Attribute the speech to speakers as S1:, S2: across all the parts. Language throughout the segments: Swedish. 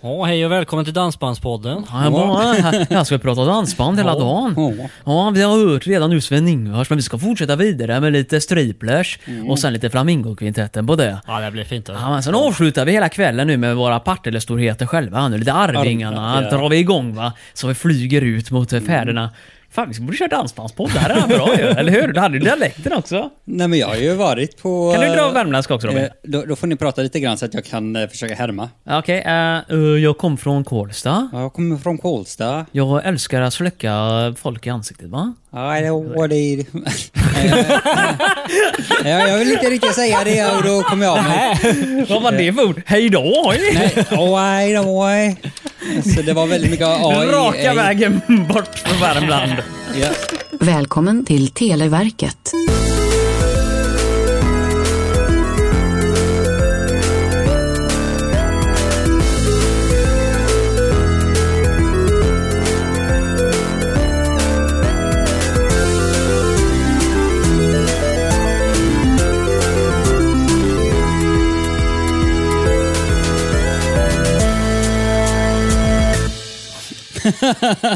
S1: Ja, hej och välkommen till Dansbandspodden.
S2: Ja, jag, bara, jag ska prata dansband hela dagen.
S3: Ja.
S2: Ja, vi har hört redan nu Sven-Ingvars, men vi ska fortsätta vidare med lite striplers
S3: Mm.
S2: och sen lite flamingokvintetten på det.
S1: Ja, det blir fint. det.
S2: Ja, men sen avslutar vi hela kvällen nu med våra Partille-storheter själva. Nu lite Arvingarna
S3: Arvingar, ja. Mm.
S2: drar vi igång va. Så vi flyger ut mot eh, färderna. Fan, vi borde köra dansbandspodd. Det här är bra ju, eller hur? Du hade ju dialekten också.
S3: Nej men jag har ju varit på...
S2: Kan du dra
S3: eh,
S2: värmländska också Robin?
S3: eh, Då, då får ni prata lite grann så att jag kan eh, försöka härma.
S2: Okej, eh, eh, jag kom från Kålsta.
S3: Ja, Jag kommer från Kolsta.
S2: Jag älskar att släcka folk i ansiktet va?
S3: Ja, I know what I... ja, Eh, jag vill inte riktigt säga det och då kommer jag av mig.
S2: Vad var det för ord? Hej då! oj.
S3: Nej, oh, I know Så det var väldigt mycket AI.
S2: Raka vägen bort från Värmland.
S3: Ja.
S4: Välkommen till Televerket.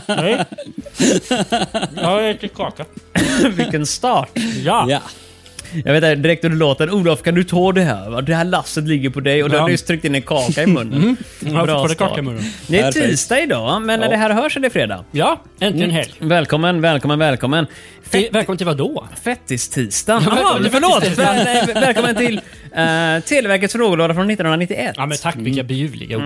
S1: Nej. Jag äter kaka.
S2: Vilken start.
S1: Ja.
S3: ja.
S2: Jag vet inte, direkt under låten. Olof kan du ta det här? va? Det här lasset ligger på dig och du
S1: Ja. Mm.
S2: har nyss tryckt in en kaka i munnen. Mm.
S1: Jag får det
S2: start.
S1: kaka i munnen.
S2: Det är
S3: Perfekt.
S2: tisdag idag men när det här hörs är det fredag.
S1: Ja,
S2: Mm.
S1: äntligen helg.
S2: Välkommen, välkommen, välkommen.
S1: Till, välkommen till vadå?
S2: Fettistisdagen.
S1: Ja,
S2: Jaha,
S1: välkommen.
S2: förlåt! Väl, nej, välkommen till eh, Televerkets frågelåda från 1991.
S1: Ja men tack, vilka bejuvliga ord.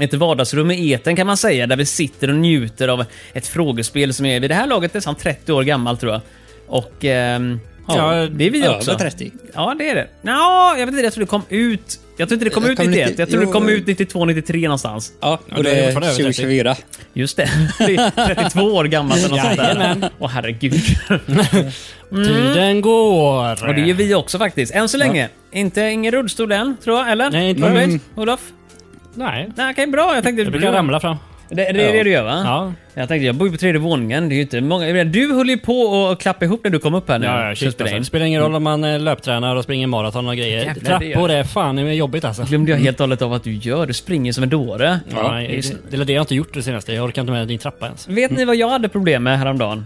S2: Ett vardagsrum i eten kan man säga, där vi sitter och njuter av ett frågespel som är vid det här laget nästan 30 år gammalt tror jag. Och ehm, ja,
S1: Ja,
S2: det är vi
S3: över
S2: också.
S3: 30.
S2: Ja, det är det. Ja, jag vet inte, jag tror det kom ut... Jag tror inte det kom
S3: Det
S2: ut
S3: kom
S2: 91,
S3: lite-
S2: jag tror det
S3: jo.
S2: kom ut 92, 93 någonstans.
S3: Ja,
S1: då
S3: och
S1: är
S3: det
S1: det
S3: är
S1: fortfarande över 30.
S3: 2024.
S2: Just det, det är 32 år gammalt eller något sånt där.
S1: Jajamän.
S2: Åh herregud.
S1: Tiden går.
S2: Och det är ju vi också faktiskt, än så länge. Inte ingen rullstol än, tror jag, eller?
S1: Nej, inte
S2: Vad
S1: än.
S2: vet, Olof?
S1: Nej.
S2: Nej, okej, bra. Jag tänkte...
S1: Jag brukar ramla fram.
S2: Det, det är det du gör va?
S1: Ja.
S2: Jag tänkte, jag bor ju på tredje våningen. Det är ju inte många. jag menar, Du höll ju på och klappa ihop när du kom upp här nu.
S1: Ja, ja, shit,
S2: Köttbullar
S1: alltså.
S2: in.
S1: Det spelar ingen roll om man eh, löptränar och springer maraton och grejer.
S2: Jävlar, det gör
S1: Trappor är fan det är jobbigt alltså.
S2: Glömde jag helt och hållet av att du gör. Du springer som en dåre.
S1: Ja,
S2: det är ju
S1: nej,
S2: så-
S1: det, det är det jag inte gjort det senaste. Jag orkar inte med din trappa ens.
S2: Vet ni vad jag hade problem med häromdagen?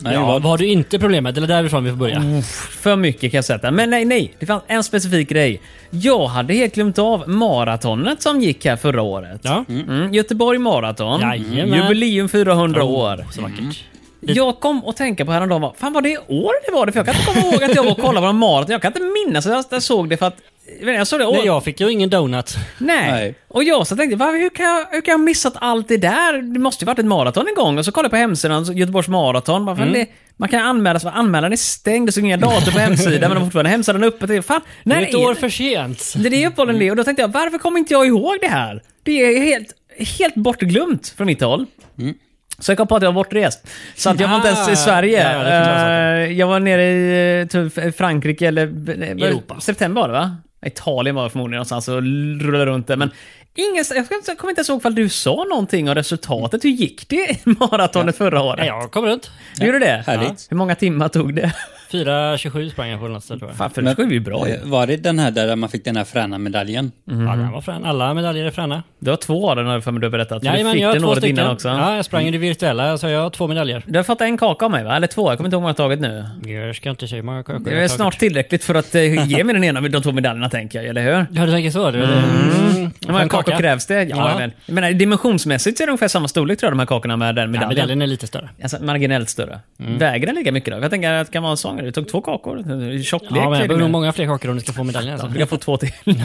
S3: Nej,
S1: ja,
S3: vad?
S1: vad har du inte problem med? Det är därifrån vi får börja.
S2: Mm. För mycket kan jag säga. Men nej, nej. Det fanns en specifik grej. Jag hade helt glömt av maratonet som gick här förra året.
S1: Ja.
S2: Mm, Göteborg maraton.
S1: Jajamän.
S2: Jubileum 400 år.
S1: Så vackert.
S2: Jag kom och tänka på häromdagen, vad fan var det i år det var det? För jag kan inte komma ihåg att jag var och kollade på en maraton. Jag kan inte minnas att jag- jag såg det för att... jag menar, Jag såg det,
S1: Nej, jag fick ju ingen donut.
S2: Nej.
S3: Nej.
S2: Och jag så tänkte, va, hur kan jag, hur kan jag ha missat allt det där? Det måste ju varit ett maraton en gång. Och så kollade jag på hemsidan, så Göteborgs maraton. Bara,
S1: Mm.
S2: fan, det, man kan anmäla sig, anmälan är stängd, det stod inga datum på hemsidan, men de har fortfarande hemsidan uppe. Tänkte, Fan,
S1: Det
S2: när
S1: är ett år för sent.
S2: det, det är uppehållen
S1: Mm.
S2: det. Och då tänkte jag, varför kommer inte jag ihåg det här? Det är helt, helt bortglömt från mitt håll. Så jag kom på att jag var bortrest. Så att jag var inte ens i
S1: Mm. Ah.
S2: Sverige.
S1: Ja, det förklarar saken.
S2: Eh, jag var nere i eh, typ, Frankrike eller... eh,
S1: Europa.
S2: September var det va? Italien var jag förmodligen någonstans och rullade runt där. Men ingen, jag ska- jag kommer inte ens ihåg ifall du sa någonting om resultatet. Hur gick det i maratonet förra året?
S1: Nej, jag kom runt.
S2: Du gjorde det?
S3: Härligt.
S2: Hur många timmar tog det?
S1: 4.27 sprang jag på något ställe tror jag.
S2: Fan, för det ska ju bra ju.
S3: Eh, Var det den här där man fick den här fräna medaljen?
S1: Ja, den var frän. Alla medaljer är fräna.
S2: Du har två av den har jag för mig du har berättat. för du
S1: Jajamän,
S2: fick
S1: jag har
S2: den
S1: två
S2: året
S1: stycken.
S2: innan också.
S1: Ja, jag sprang i det virtuella, så jag har två medaljer.
S2: Du har fått en kaka av mig va? Eller två? Jag kommer inte ihåg vad jag har tagit nu.
S1: Jag ska inte säga hur många kakor
S2: Det
S1: jag har
S2: är
S1: tagit.
S2: snart tillräckligt för att eh, ge mig den ena av de två medaljerna tänker jag, eller hur?
S1: Ja, du tänker så? Du, mm.
S2: Hur många kakor krävs det? Ja,
S1: Ja.
S2: Men, jag menar, dimensionsmässigt så är det ungefär samma storlek tror jag, de här kakorna med den
S1: Ja,
S2: medaljen.
S1: medaljen är lite större.
S2: Alltså, marginellt större.
S1: Mm.
S2: Väger den lika mycket då? Jag tänker att det kan vara en sån grej. Du tog två kakor. Tjocklek.
S1: Ja, men
S2: är
S1: jag behöver
S2: det
S1: nog
S2: med.
S1: många fler kakor om du ska få medaljen. Alltså.
S2: Jag får två till. Nej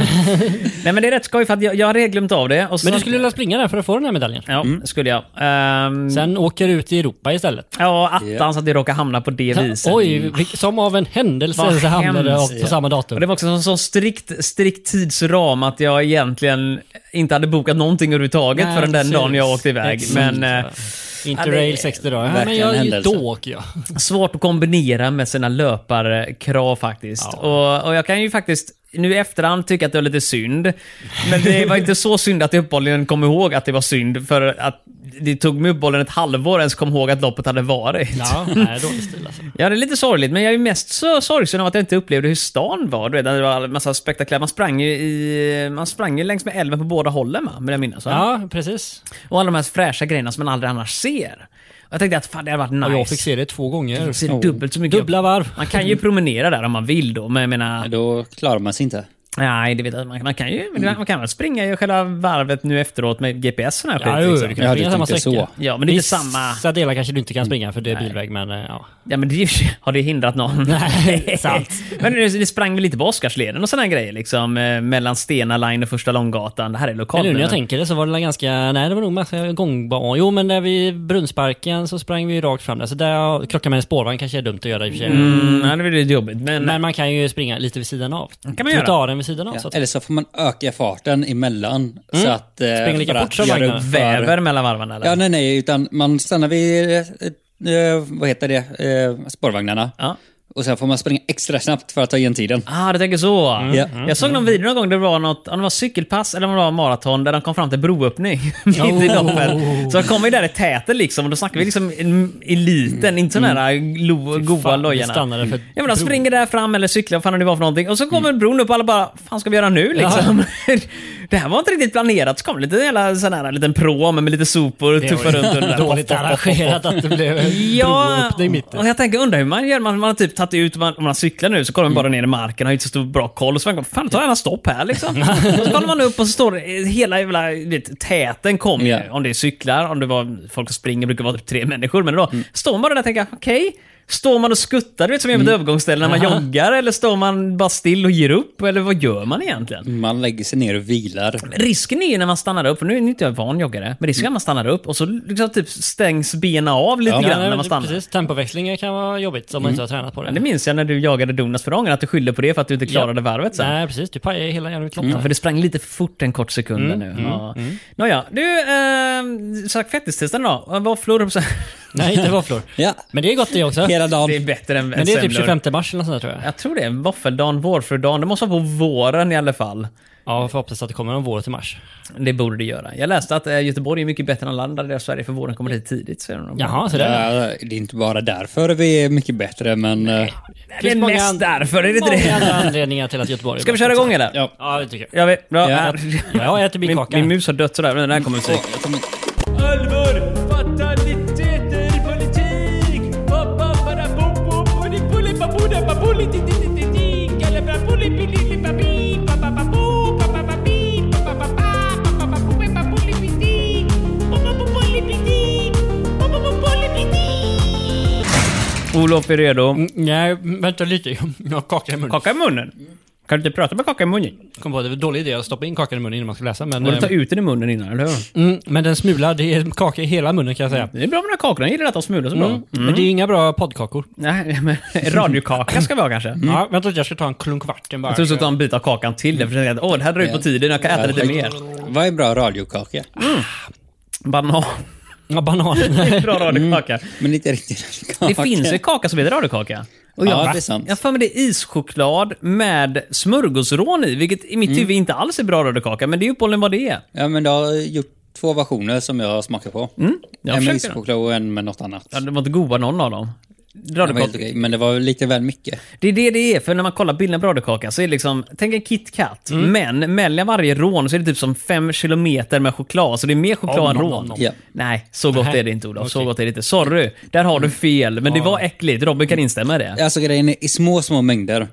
S2: men det är rätt skoj för att jag, jag har redan glömt av det. Och så,
S1: Men du skulle vilja springa där för att få den här medaljen?
S2: Ja, skulle jag. Ehm,
S1: Sen åker du ut i Europa istället.
S2: ja, attans att jag råkar hamna på det viset.
S1: Oj, vilk- som av en händelse
S2: Vad
S1: så hamnade jag
S2: hemskt.
S1: på samma datum.
S2: Och det var också en sån strikt, strikt tidsram att jag egentligen inte hade bokat någonting överhuvudtaget
S1: Nej,
S2: förrän den
S1: precis.
S2: dagen jag åkte iväg.
S1: Exakt.
S2: Men eh, Ja, det är
S1: Interrail 60 dagar. Ja, men
S3: verkligen en
S1: jag,
S3: händelse.
S1: då åker jag.
S2: eh, svårt att kombinera med sina löparkrav faktiskt. Och, och jag kan ju faktiskt nu i efterhand tycka att det var lite synd. Men det var inte så synd att jag uppenbarligen kom ihåg att det var synd för att det tog mig upp bollen ett halvår ens kom ihåg att loppet hade varit.
S1: Ja, nej, dålig stil alltså.
S2: Ja, det är lite sorgligt, men jag är mest så sorgsen av att jag inte upplevde hur stan var. Du vet, det var en massa spektakulärt. Man sprang ju, i, man sprang ju längs med älven på båda hållen, va? vill jag minnas. va?
S1: Ja, precis.
S2: Och alla de här fräscha grejerna som man aldrig annars ser. Och jag tänkte att fan, det hade varit nice.
S1: Och jag fick se det två gånger.
S2: Jag ser dubbelt så mycket.
S1: Dubbla varv.
S2: Man kan ju promenera där om man vill då, men jag menar...
S3: Då klarar man sig inte.
S2: Nej, det vet jag. Man, man kan ju man kan väl springa i själva varvet nu efteråt med GPS och sån här
S1: Ja,
S2: skit.
S1: jo, du
S2: liksom.
S1: kan
S3: Ja, du
S1: springa samma
S3: tänker
S1: sträcka.
S3: så.
S2: Ja, men det är inte
S1: Vissa
S2: samma...
S1: Vissa delar kanske du inte kan springa för det är bilväg, men eh, ja.
S2: Ja, men det är ju, har det hindrat någon?
S1: Nej, sant.
S2: men det, det sprang väl lite på Oscarsleden och såna här grejer liksom. Eh, mellan Stena Line och Första Långgatan. Det här är
S1: Men
S2: lokalt.
S1: nu när jag tänker det så var det väl ganska, nej det var nog massa gångbanor. Jo men där vid Brunnsparken så sprang vi ju rakt fram där. Så där krockar med en spårvagn kanske är dumt att göra i och för sig.
S2: Mm, ja, det blir lite jobbigt. Men,
S1: Men man kan ju springa lite vid sidan av.
S2: kan man göra.
S1: Trottoaren vid sidan av.
S3: Ja,
S1: Så att,
S3: eller så får man öka farten emellan. Så
S2: Mm.
S3: att... Eh,
S1: Spring lika
S3: för
S1: fort
S3: att
S1: som
S3: göra
S1: vagnarna.
S3: upp för-
S2: väver mellan varven eller?
S3: Ja, nej, nej, utan man stannar vid, eh, eh, vad heter det, eh, spårvagnarna.
S2: Ja.
S3: Och sen får man springa extra snabbt för att ta igen tiden.
S1: Mm.
S2: Ah, du tänker så.
S3: Ja.
S2: Jag såg någon video någon gång där det var något, om det var cykelpass eller om det var maraton, där de kom fram till broöppning. mitt i
S1: Oh.
S2: loppet. Så de kom ju där i täten liksom, och då snackar vi liksom en- eliten, inte sådana här lo- goa
S1: Mm. fan, vi
S2: lojarna.
S1: stannade för Mm.
S2: Ja men de springer där fram eller cyklar, vad fan det var för någonting. Och så kommer bron upp och alla bara, fan ska vi göra nu liksom? det här var inte riktigt planerat. Så kom det lite jävla sån här liten prom med lite sopor och
S1: det var
S2: tuffar
S1: ju
S2: runt under.
S1: Dåligt arrangerat att det blev en
S2: Ja,
S1: broöppning mitt i.
S2: och jag tänker undrar hur man gör. Man, man har typ tagit ut, man, om man cyklar nu så kollar man bara
S1: Mm.
S2: ner i marken, har inte så stor bra koll. Och så man, fan ta gärna stopp här liksom. och så kollar man upp och så står det, eh, hela jävla du vet, täten kom ju.
S3: Ja.
S2: Om det är cyklar, om det var folk som springer, brukar vara typ tre människor. Men då
S1: Mm.
S2: står man bara där och tänker, okej. Står man och skuttar, du vet som är ett
S1: Mm.
S2: övergångsställe när man joggar? Eller står man bara still och ger upp? Eller vad gör man egentligen?
S3: Man lägger sig ner och vilar.
S2: Risken är ju när man stannar upp, för nu är inte jag van joggare, men risken är att man stannar upp och så liksom typ stängs benen av lite
S1: Mm. Ja,
S2: grann
S1: nej,
S2: när man
S1: men
S2: stannar.
S1: Precis, tempoväxlingar kan vara jobbigt om man inte har tränat på det.
S2: Ja, det minns jag när du jagade Donas för ången, att du skyllde på det för att du inte klarade varvet sen.
S1: Nej, precis. Du pajade hela jävla mitt lopp
S2: Ja,
S1: där.
S2: för det sprang lite för fort en kort sekund
S1: Mm,
S2: där nu. Ja. Nåja, du, eh, Zack Fettis-testen då? Våfflor?
S1: Nej, inte våfflor.
S3: Ja,
S1: Men det är gott det också.
S3: hela
S2: Det är
S3: dagen.
S2: bättre än
S1: Men det är typ
S2: semlor.
S1: 25 mars eller nåt sånt där, tror jag.
S2: Jag tror det är våffeldagen, vårfrudagen. Det måste vara på våren i alla fall.
S1: Ja, förhoppningsvis att det kommer om vår till mars.
S2: Det borde det göra. Jag läste att eh, Göteborg är mycket bättre än alla andra delar av Sverige för våren kommer hit tidigt. Säger de.
S1: Jaha, så det är
S3: Ja, det är inte bara därför vi är mycket bättre, men... eh,
S2: Det är mest
S1: an-
S2: därför, är det inte
S1: många
S2: det?
S1: andra anledningar till att Göteborg är
S2: Ska vi
S1: bättre
S2: köra igång
S1: också.
S2: eller?
S3: Ja.
S1: Ja, det tycker jag.
S2: Jag vet, bra.
S3: Ja.
S1: Jag äter min kaka.
S2: Min mus har dött sådär, men den här kommer musik.
S3: åh, jag kommer-
S2: Allvar, fataliteter, politik! Olof är redo.
S1: Nej, vänta lite. Jag har kaka i munnen.
S2: Kaka i munnen. Kan du inte prata med kaka i munnen?
S1: Kom på, det var en dålig idé att stoppa in kakan i munnen innan man ska läsa. Men,
S2: Borde ta
S1: eh,
S2: ut den i munnen innan, eller hur?
S1: mm, men den smula, det är kaka i hela munnen kan jag säga.
S2: Det är bra med den här kakorna, jag gillar att de smular så bra.
S1: Mm. Men det är inga bra poddkakor.
S2: Mm. Nej, men radiokaka ska vi ha kanske.
S1: Ja, vänta lite, jag ska ta en klunk vatten bara.
S2: Mm. Jag tror så att ta en bit av kakan till den, för jag tänkte att åh, det här drar ut på tiden, jag kan äta lite mer.
S3: Vad är bra radiokaka?
S2: Banan. Mm.
S1: Ja, banan.
S2: Bra radiokaka.
S3: Men inte riktigt radiokaka.
S2: Det finns ju kaka som heter radiokaka. Och jag,
S3: Ja,
S2: va?
S3: det är sant.
S2: Jag har för mig det är ischoklad med smörgåsrån i, vilket i mitt
S1: Mm.
S2: huvud inte alls är bra radiokaka, men det är ju uppehållligen vad det är.
S3: Ja, men jag har gjort två versioner som jag smakar på.
S2: jag
S3: en med
S2: försöker.
S3: ischoklad och en med något annat.
S2: Ja, De var inte goda någon av dem.
S3: det var helt
S2: Radiokaka.
S3: okej, men det var lite väl mycket.
S2: Det är det det är, för när man kollar bilden på radiokaka så är det liksom, tänk en KitKat,
S1: Mm.
S2: men mellan varje rån så är det typ som fem kilometer med choklad, så det är mer choklad än
S1: Om,
S2: rån.
S1: om, om, om.
S3: Ja.
S2: Nej, så gott
S1: Nej.
S2: är det inte Olof. Så
S1: Okej. Mm.
S2: gott är det inte. Sorry, där har du fel. Men det var äckligt. Robin kan instämma i det.
S3: Alltså grejen är, i små, små mängder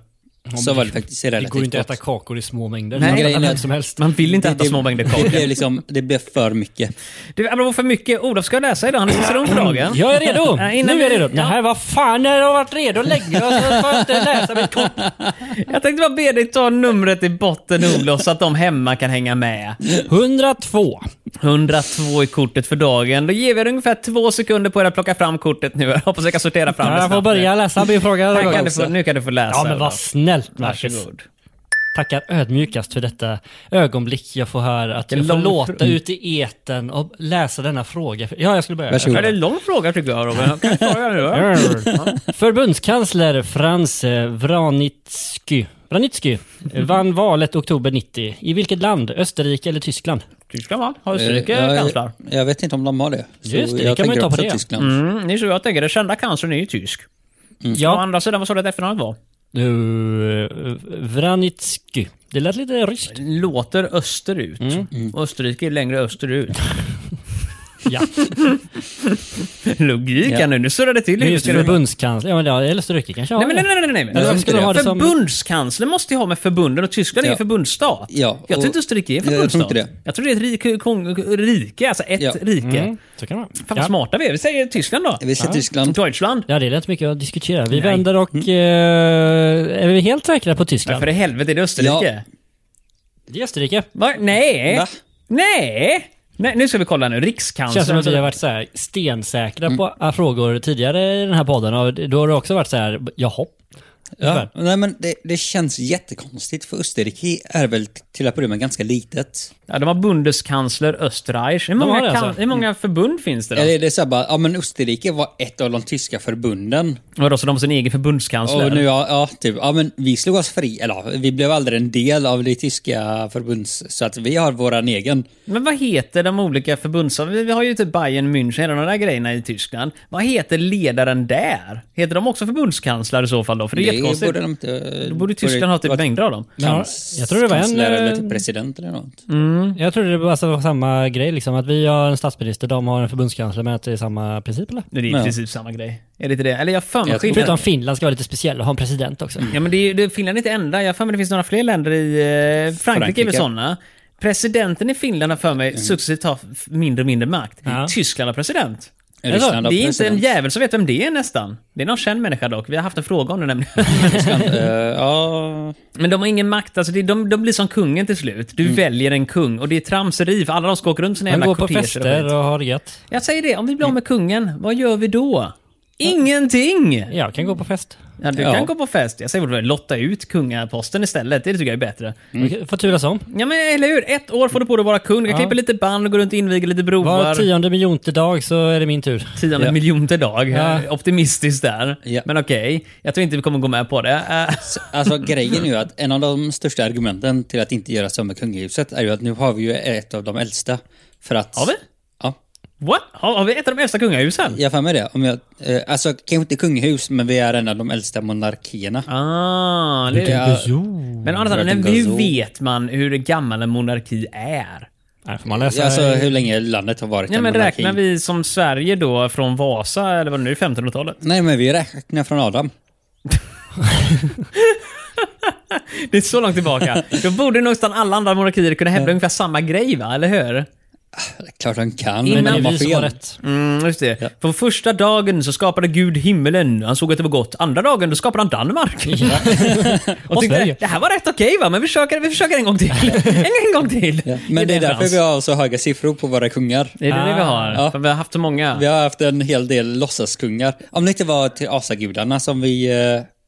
S3: så var det faktiskt
S1: Det
S3: relativt
S1: går ju inte att
S3: gott.
S1: äta kakor i små mängder.
S2: Nej,
S1: Nej,
S3: grejen är-
S1: grejen som helst.
S2: Man vill inte äta små mängder
S3: Det
S2: kakor.
S3: blev liksom, det blev för mycket.
S2: Du, apropå för mycket. Olof ska läsa idag. Han är ciceron för dagen.
S1: Jag är redo!
S2: Ja, innan
S1: nu är jag
S2: vi-
S1: redo.
S2: ja.
S1: Nej, vad fan, jag har varit redo länge och så får jag inte läsa mitt kort.
S2: Jag tänkte bara be dig ta numret i botten Olof, så att de hemma kan hänga med.
S1: 102.
S2: 102 i kortet för dagen. Då ger vi er ungefär två sekunder på er att plocka fram kortet nu. Jag hoppas jag kan sortera fram
S1: Ja,
S2: det
S1: jag får
S2: snabbt
S1: börja läsa min fråga.
S2: nu.
S1: den
S2: Här
S1: gången
S2: Kan du
S1: också.
S2: få, nu kan du få läsa.
S1: Ja, men vad
S2: Olof.
S1: snällt Marcus.
S2: Varsågod.
S1: Tackar ödmjukast för detta ögonblick jag får här att jag
S2: Vilken
S1: får
S2: lång
S1: låta
S2: fr-
S1: ut i etern och läsa denna fråga. Ja, jag skulle börja.
S3: Varsågod.
S2: Ja, det är en lång fråga tycker jag Robin. Kan du svara nu? va?
S1: Förbundskansler Frans Vranitsky Vranitsky eh, vann valet oktober 90. I vilket land? Österrike eller Tyskland?
S2: Tyskland va? Har Österrike
S3: Eh,
S2: kansler?
S3: jag, jag vet inte om de har det. Så
S1: Just det, det
S3: jag
S1: kan man ju
S3: tänker
S1: ta på
S3: också
S1: det.
S3: Tyskland.
S2: Mm, ni så jag tänker, den kända kanslern är ju tysk. Ja. Å
S1: Ja.
S2: andra sidan, vad sa du att efternamnet var?
S1: Uh, Vranitsky. Det lät lite ryskt.
S2: Låter österut. Och Mm. Österrike är längre österut.
S1: Ja.
S2: Logiken
S3: Ja.
S2: nu, nu surrar det till.
S1: Men
S2: Hur
S1: just
S2: ska det vara?
S1: förbundskansler. Ja, men ja, eller Österrike kanske har
S2: Nej, men nej,
S1: det.
S2: nej, nej, nej. men-
S1: Eller varför
S3: inte
S1: skulle de ha det som...
S2: Förbundskansler måste ju ha med förbunden och Tyskland är ju
S3: Ja.
S2: förbundsstat.
S3: Ja,
S2: jag tror
S3: och-
S2: inte Österrike är en
S3: Ja, jag tror
S2: förbundsstat.
S3: inte
S2: Jag, tror det är ett rike, kong, rike alltså ett
S3: Ja.
S2: rike.
S1: Mm, så kan det vara.
S2: Fan vad
S1: Ja.
S2: smarta vi är. Vi säger Tyskland då.
S3: Vi säger Tyskland.
S2: Deutschland.
S1: ja, det är inte mycket att diskutera. Vi vänder och...
S2: Mm.
S1: eh, är vi helt säkra på
S2: Ja.
S1: Tyskland?
S2: För i helvete, är det Österrike?
S1: Det är Österrike.
S2: Va? Nej.
S3: Va?
S2: Nej. Nej! Nu ska vi kolla nu. Rikskanslern.
S1: Känns som att vi har varit så här stensäkra
S2: Mm.
S1: på alla frågor tidigare i den här podden och då har det också varit så här, jaha.
S3: Ja. Nej, men det, det känns jättekonstigt för Österrike är väl till att börja med ganska litet.
S2: Ja, de har Bundeskansler Österreich. Hur många,
S1: har det
S2: kan,
S1: alltså.
S2: hur många förbund finns det då?
S3: Eller är det så här bara, ja men Österrike var ett av de tyska förbunden.
S2: Vadå, så de har sin egen förbundskansler?
S3: Och nu, ja, ja, typ, ja men vi slog oss fri, eller ja, vi blev aldrig en del av det tyska förbunds... Så att vi har våran egen.
S2: Men vad heter de olika förbunds... Vi vi har ju typ Bayern München, hela de där grejerna i Tyskland. Vad heter ledaren där? Heter de också förbundskansler i så fall då? För det är jättekonstigt.
S3: borde de inte...
S2: Då borde Tyskland ha typ
S3: vara
S2: mängder av dem.
S1: Ja, jag tror det var en,
S3: kansler eller
S1: eh,
S3: typ president eller något.
S2: Mm.
S1: Jag trodde det var alltså samma grej, liksom, att vi har en statsminister, de har en förbundskansler, men att det är samma princip eller?
S2: Det är i
S3: Ja.
S2: princip samma grej. Är det inte det? Eller jag har för mig
S3: Jag tror
S1: Förutom
S2: skillnad.
S1: Finland ska vara lite speciell och ha en president också.
S2: Ja men det är, ju- det, Finland är inte enda. Jag har för mig det finns några fler länder i... Eh, Frankrike, är väl
S3: Frankrike. Mm.
S2: sådana. Presidenten i Finland har för mig successivt har f- mindre och mindre makt.
S1: Ja.
S2: Tyskland har president.
S1: det
S2: Alltså,
S1: så?
S3: Ryssland har
S2: det är inte en
S3: president.
S2: jävel som vet vem det är nästan. Det är någon känd människa dock. Vi har haft en fråga om det nämligen.
S3: Ryssland, eh, ja...
S2: Men de har ingen makt, alltså det, de, de blir som kungen till slut. Du väljer en kung och det är tramseri för alla de ska åka runt sina
S1: Man
S2: jävla
S1: Mm. går på
S2: korteger och
S1: fester
S2: skit.
S1: och har det gött.
S2: Jag säger det, om vi blir av med kungen, vad gör vi då? Ingenting!
S1: Jag kan gå
S2: Mm.
S1: på fest.
S2: Ja, du
S3: Ja.
S2: kan gå på fest. Jag säger väl lotta ut kungaposten istället, det tycker jag är bättre.
S1: Okej, Får turas om.
S2: Ja men eller hur, ett år får du på dig att vara kung, du kan klippa lite band och gå runt och inviga lite broar.
S1: Var tionde miljonte dag så är det min tur.
S2: Tionde
S3: Ja.
S2: miljon till dag.
S1: Ja.
S2: Optimistiskt där.
S3: Ja.
S2: Men okej, jag tror inte vi kommer gå med på det. Eh,
S3: Så, Alltså grejen är ju att en av de största argumenten till att inte göra som med kungahuset är ju att nu har vi ju ett av de äldsta. För att...
S2: Har vi?
S3: Ja,
S2: what? Har, har vi ett av de äldsta kungahusen?
S3: jag har för mig det. Om jag, eh, alltså kanske inte kungahus, men vi är en av de äldsta monarkierna.
S2: Ah, det,
S3: Ja,
S1: Eh,
S2: Men å andra sidan,
S3: Röken
S2: hur
S3: Gazoo.
S2: vet man hur gammal en monarki är?
S1: Nej, får man läsa?
S3: alltså hur länge landet har varit
S2: eh, Ja,
S3: en
S2: men
S3: monarki.
S2: räknar vi som Sverige då från Vasa, eller vad det nu är, 1500-talet?
S3: Nej, men vi räknar från Adam.
S2: Det är så långt tillbaka. Då borde nästan alla andra monarkier kunna hävda ungefär samma grej, va? eller hur?
S3: Det är Klart han kan.
S1: men det
S3: han
S1: är
S3: var
S1: vi som har
S3: fel.
S1: rätt.
S2: Mm, just det. På första dagen så skapade Gud himmelen. Han såg att det var gott. Andra dagen då skapade han Danmark. och
S1: Och
S2: tyckte,
S1: Sverige.
S2: det här var rätt okej va, men vi försöker, vi försöker en gång till. en, en gång till.
S3: Ja. Men det är därför vi har så höga siffror på våra kungar.
S2: Det är det, det vi har.
S3: Ja.
S2: För vi har haft så många.
S3: Vi har haft en hel del låtsaskungar. Om det inte var till asagudarna som vi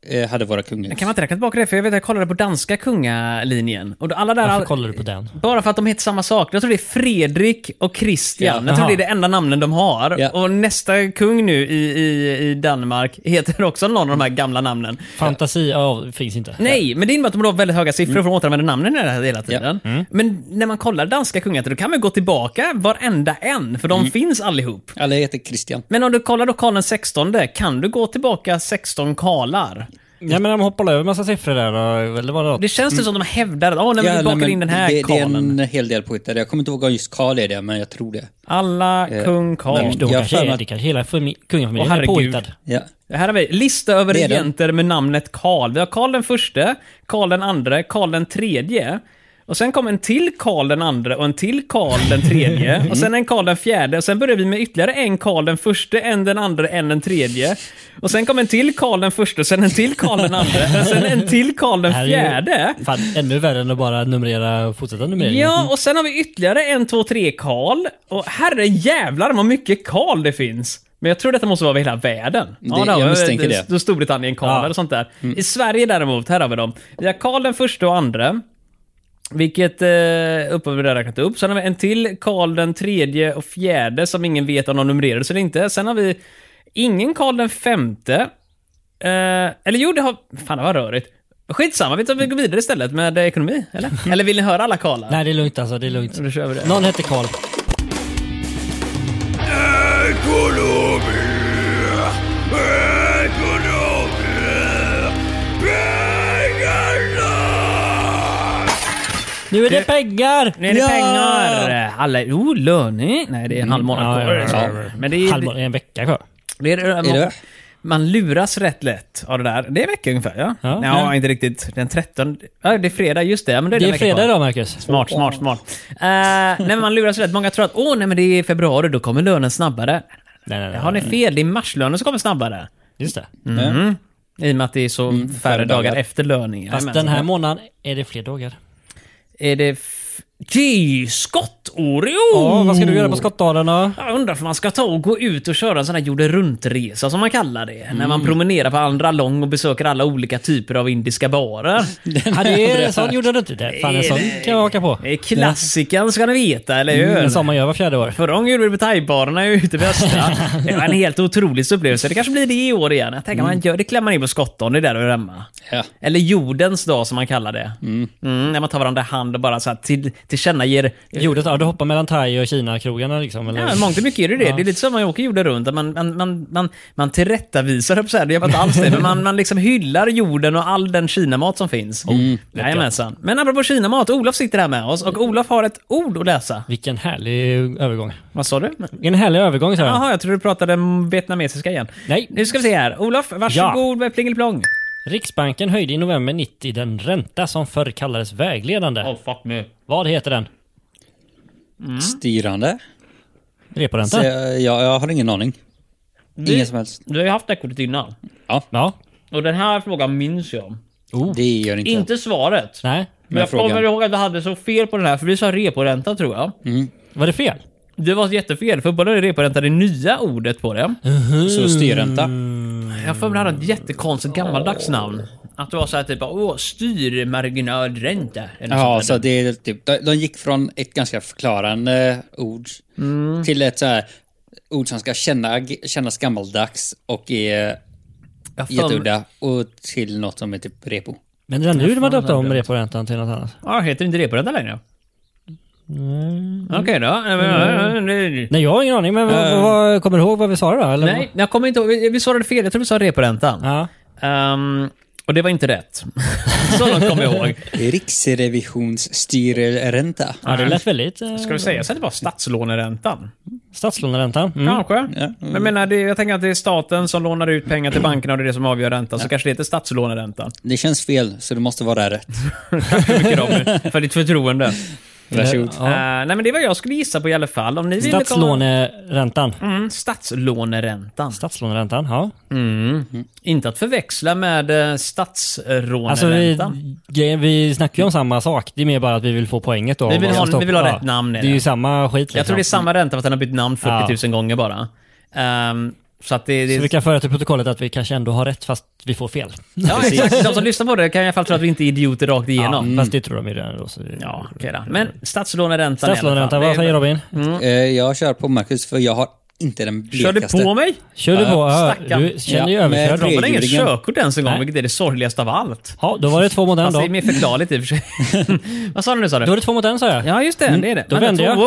S3: eh, eh, hade våra kungar.
S2: Kan man inte räkna tillbaka det? För jag vet att jag kollade på danska kungalinjen. Och då alla där...
S1: Varför kollar du på den?
S2: Bara för att de heter samma sak. Jag tror det är Fredrik och Christian.
S3: Ja,
S2: jag tror
S1: aha.
S2: det är det enda namnen de har.
S3: Ja.
S2: Och nästa kung nu i, i, i Danmark heter också någon av de här gamla namnen.
S1: Fantasi ja, finns inte.
S2: Nej, men det innebär att de har väldigt höga siffror
S3: Mm.
S2: för att återanvända namnen i det här hela tiden. Men när man kollar danska kungaätter, då kan man gå tillbaka varenda en, för de
S3: Mm.
S2: finns allihop.
S3: Alla heter Christian.
S2: Men om du kollar då Karl den 16, kan du gå tillbaka 16 karlar?
S1: Ja, men de hoppar över massa siffror där och, eller vad det var.
S2: Det känns det som att de hävdar att åh, nej, men vi
S3: Mm. Ja,
S2: bakar
S3: nej, men
S2: in den här
S3: det, det är
S2: karlen.
S3: en hel del påhittade. Jag kommer inte ihåg om just Karl är det, men jag tror det.
S2: Alla kung Karl.
S3: men-
S1: Då
S3: Jag har
S1: kanske
S3: för mig
S1: är,
S3: att-
S1: det kanske hela fami- kungafamiljen
S2: Åh,
S1: är
S2: herregud.
S1: påhittad.
S3: Ja.
S2: Det Här har vi lista över
S3: Det är den.
S2: regenter med namnet Karl. Vi har Karl den förste, Karl den andra, Karl den tredje. Och sen kom en till Karl den andra och en till Karl den tredje. Och sen en Karl den fjärde. Och sen började vi med ytterligare en Karl den förste, en den andra, en den tredje. Och sen kom en till Karl den förste, och sen en till Karl den andra, och sen en till Karl den
S1: Det här är ju-
S2: fjärde.
S1: Fan, ännu värre än att bara numrera och fortsätta numreringen.
S2: Ja, och sen har vi ytterligare en, två, tre Karl. Och herre jävlar vad mycket Karl det finns. Men jag tror detta måste vara över hela världen.
S3: Det-
S2: där har
S3: jag
S2: vi-
S3: misstänker det. Mm.
S2: Då Storbritannien, Karl
S1: Ja.
S2: och sånt där. I Sverige däremot, här har vi dem. Vi har Karl den första och andra. Vilket eh, uppe vi där räknat upp. Sen har vi en till Karl den tredje och fjärde som ingen vet om de numrerades eller inte. Sen har vi ingen Karl den femte. Eh, eller jo, det har... Fan, det var rörigt. Skitsamma, vi, tar, vi går vidare istället med eh, ekonomi, eller? Eller vill ni höra alla Karlar?
S1: Nej, det är lugnt alltså. Det är lugnt.
S2: Då kör vi det.
S1: Någon hette Karl. Nu är det pengar!
S2: Nu är det pengar! Alla, oh, löning! Nej, det är en halv månad
S1: Mm. Ja,
S2: kvar.
S1: ja, ja, ja.
S2: Men det är,
S1: Halvmåne, en vecka kvar.
S2: det är,
S3: Är det?
S2: Man luras rätt lätt av det där. Det är en vecka ungefär, ja?
S1: Ja.
S2: Ja, inte riktigt. Den 13... Ja, det är fredag, just det. Ja, men det är,
S1: Det
S2: en
S1: är
S2: vecka
S1: fredag
S2: kvar.
S1: idag, Marcus.
S2: Smart, smart, smart. Eh, nej, men man luras rätt. Många tror att åh, nej, men det är februari, då kommer lönen snabbare.
S1: Nej, nej,
S2: Det
S1: nej.
S2: har ni fel, det är marslönen som kommer snabbare.
S1: Just det.
S2: I och med att det är så färre
S3: färre
S2: dagar,
S3: dagar.
S2: efter löningen.
S1: Mm, Fast
S2: Jajamän.
S1: den här månaden är det fler dagar.
S2: Är det... F- Gee, skott-Oreo!
S1: Ja, vad ska du göra på skottdagen då?
S2: Jag undrar om man ska ta och gå ut och köra en sån här jorden runt-resa som man kallar det. När
S1: Mm.
S2: man promenerar på andra lång och besöker alla olika typer av indiska barer.
S1: Ja, det är, sån gjorde du inte. Det. Fan, en sån kan jag haka på.
S2: Det är klassikern ska ni veta, eller hur?
S1: Mm, som man gör var fjärde år.
S2: Förra gången gjorde vi det på thaibarerna ute vid Östra. Det var en helt otrolig upplevelse. Det kanske blir det i år igen. Jag tänker,
S1: Mm.
S2: man gör, det klämmer man in på skottdagen, det är där du är hemma.
S3: Ja.
S2: Eller jordens dag som man kallar det. Mm, när man tar varandra i hand och bara så här till, tillkännager
S1: Jordet, ja, du hoppar mellan Thai och Kina-krogarna liksom. Eller?
S2: Ja, i mångt och mycket är det det. Det är lite som man åker jorden runt. att Man, man, man, man, man tillrättavisar, höll jag på att säga. det gör man inte alls det, men man, man liksom hyllar jorden och all den kinamat som finns. Mm, Jajamensan. Men apropå kinamat, Olof sitter här med oss och Olof har ett ord att läsa.
S1: Vilken härlig övergång.
S2: Vad sa du?
S1: Vilken härlig övergång, sa jag.
S2: Jaha, jag tror du pratade om vietnamesiska igen.
S1: Nej.
S2: Nu ska vi se här. Olof, varsågod med plingelplong.
S1: Riksbanken höjde i november 90 den ränta som förr kallades vägledande.
S2: Oh, fuck me.
S1: Vad heter den?
S2: Mm.
S3: Styrande? Så
S1: Reporänta?
S3: jag, jag, jag har ingen aning. Ingen som helst.
S2: Du har ju haft det här kortet innan.
S3: Ja,
S1: Ja.
S2: Och den här frågan minns jag.
S3: det gör inte jag.
S2: Inte svaret.
S1: Nej.
S2: Men jag
S3: frågan.
S2: kommer ihåg att vi hade så fel på den här, för vi sa reporänta tror jag.
S1: Var det fel?
S2: Det var jättefel, för både reporänta, det nya ordet på det.
S3: Så styrränta?
S2: Mm. Jag får mig det hade ett jättekonstigt gammaldags namn. Att det var så här typ, åh, styrmarginalränta. eller
S3: Ja,
S2: något sånt
S3: så det är typ, de, de gick från ett ganska förklarande ord
S2: Mm.
S3: till ett så här ord som ska känna, kännas gammaldags och är
S2: där. Jag får-
S3: jätteudda och till något som är typ repo.
S1: Men det är nu de har döpt om reporäntan till något annat.
S2: Ja, heter det inte reporänta längre? Okej då. Nej, men- nej,
S1: Nej, jag har ingen aning. Men vad, vad, kommer du ihåg vad vi sa då? Eller?
S2: Nej, jag kommer inte ihåg. Vi vi svarade fel. Jag tror vi sa reporäntan.
S1: Ja.
S2: Ehm, och det var inte rätt. så långt kommer jag ihåg.
S3: Riksrevisionsstyrränta.
S1: ja, det lät väldigt... Eh,
S2: Ska vi säga så att det var statslåneräntan?
S1: Statslåneräntan. Mm.
S2: Kanske. Men jag, menar, det, jag tänker att det är staten som lånar ut pengar till bankerna och det är det som avgör räntan. Så kanske det heter statslåneräntan.
S3: Det känns fel, så det måste vara rätt.
S2: Tycker om för ditt förtroende.
S3: Varsågod.
S1: Ja.
S2: Eh, nej men det var jag skulle gissa på i alla fall. Om ni vill
S1: Statslåneräntan.
S2: Komma... Mm, statslåneräntan. Mm.
S1: Statslåneräntan, ja.
S2: Inte att förväxla med eh,
S1: Alltså vi,
S2: statslåneräntan.
S1: grejen- vi snackar ju om samma sak. Det är mer bara att vi vill få poänget då.
S2: Vi vill
S1: Vad som
S2: ha-
S1: står-
S2: vi vill ha
S1: ja.
S2: rätt namn i
S1: Det är
S2: det.
S1: ju samma skit liksom.
S2: Jag tror det är samma ränta för att den har bytt namn 40 000 gånger bara. Ehm, så att det, det
S1: Så vi kan föra till protokollet att vi kanske ändå har rätt fast vi får fel.
S2: Ja, exakt. De som lyssnar på det kan i alla fall tro att vi inte är idioter rakt
S1: Ja,
S2: igenom. Ja,
S1: fast det tror de ju redan då. Så...
S2: okej då. Men statslåneräntan i alla fall.
S1: Statslåneräntan,
S2: Det är-
S1: vad säger Robin?
S3: Eh, Jag kör på Marcus, för jag har inte den
S2: Kör
S3: blekaste.
S2: du Mm. på mig?
S1: Kör du på? Ja,
S2: stackarn.
S1: du känner ju
S3: Ja,
S1: överkörd
S3: med
S1: Robin.
S2: Han har inget
S3: Djurgården.
S2: körkort ens en gång,
S1: Nej.
S2: vilket är det sorgligaste av allt.
S1: Ja, då var det två mot en
S2: Fast
S1: då.
S2: det är mer förklarligt i och för sig. vad sa du nu sa du?
S1: Då är det två mot en sa jag.
S2: Ja, just det.
S3: Mm.
S2: Det är det.
S1: då
S2: Men
S1: vänder
S2: jag.
S1: jag.
S3: Ja,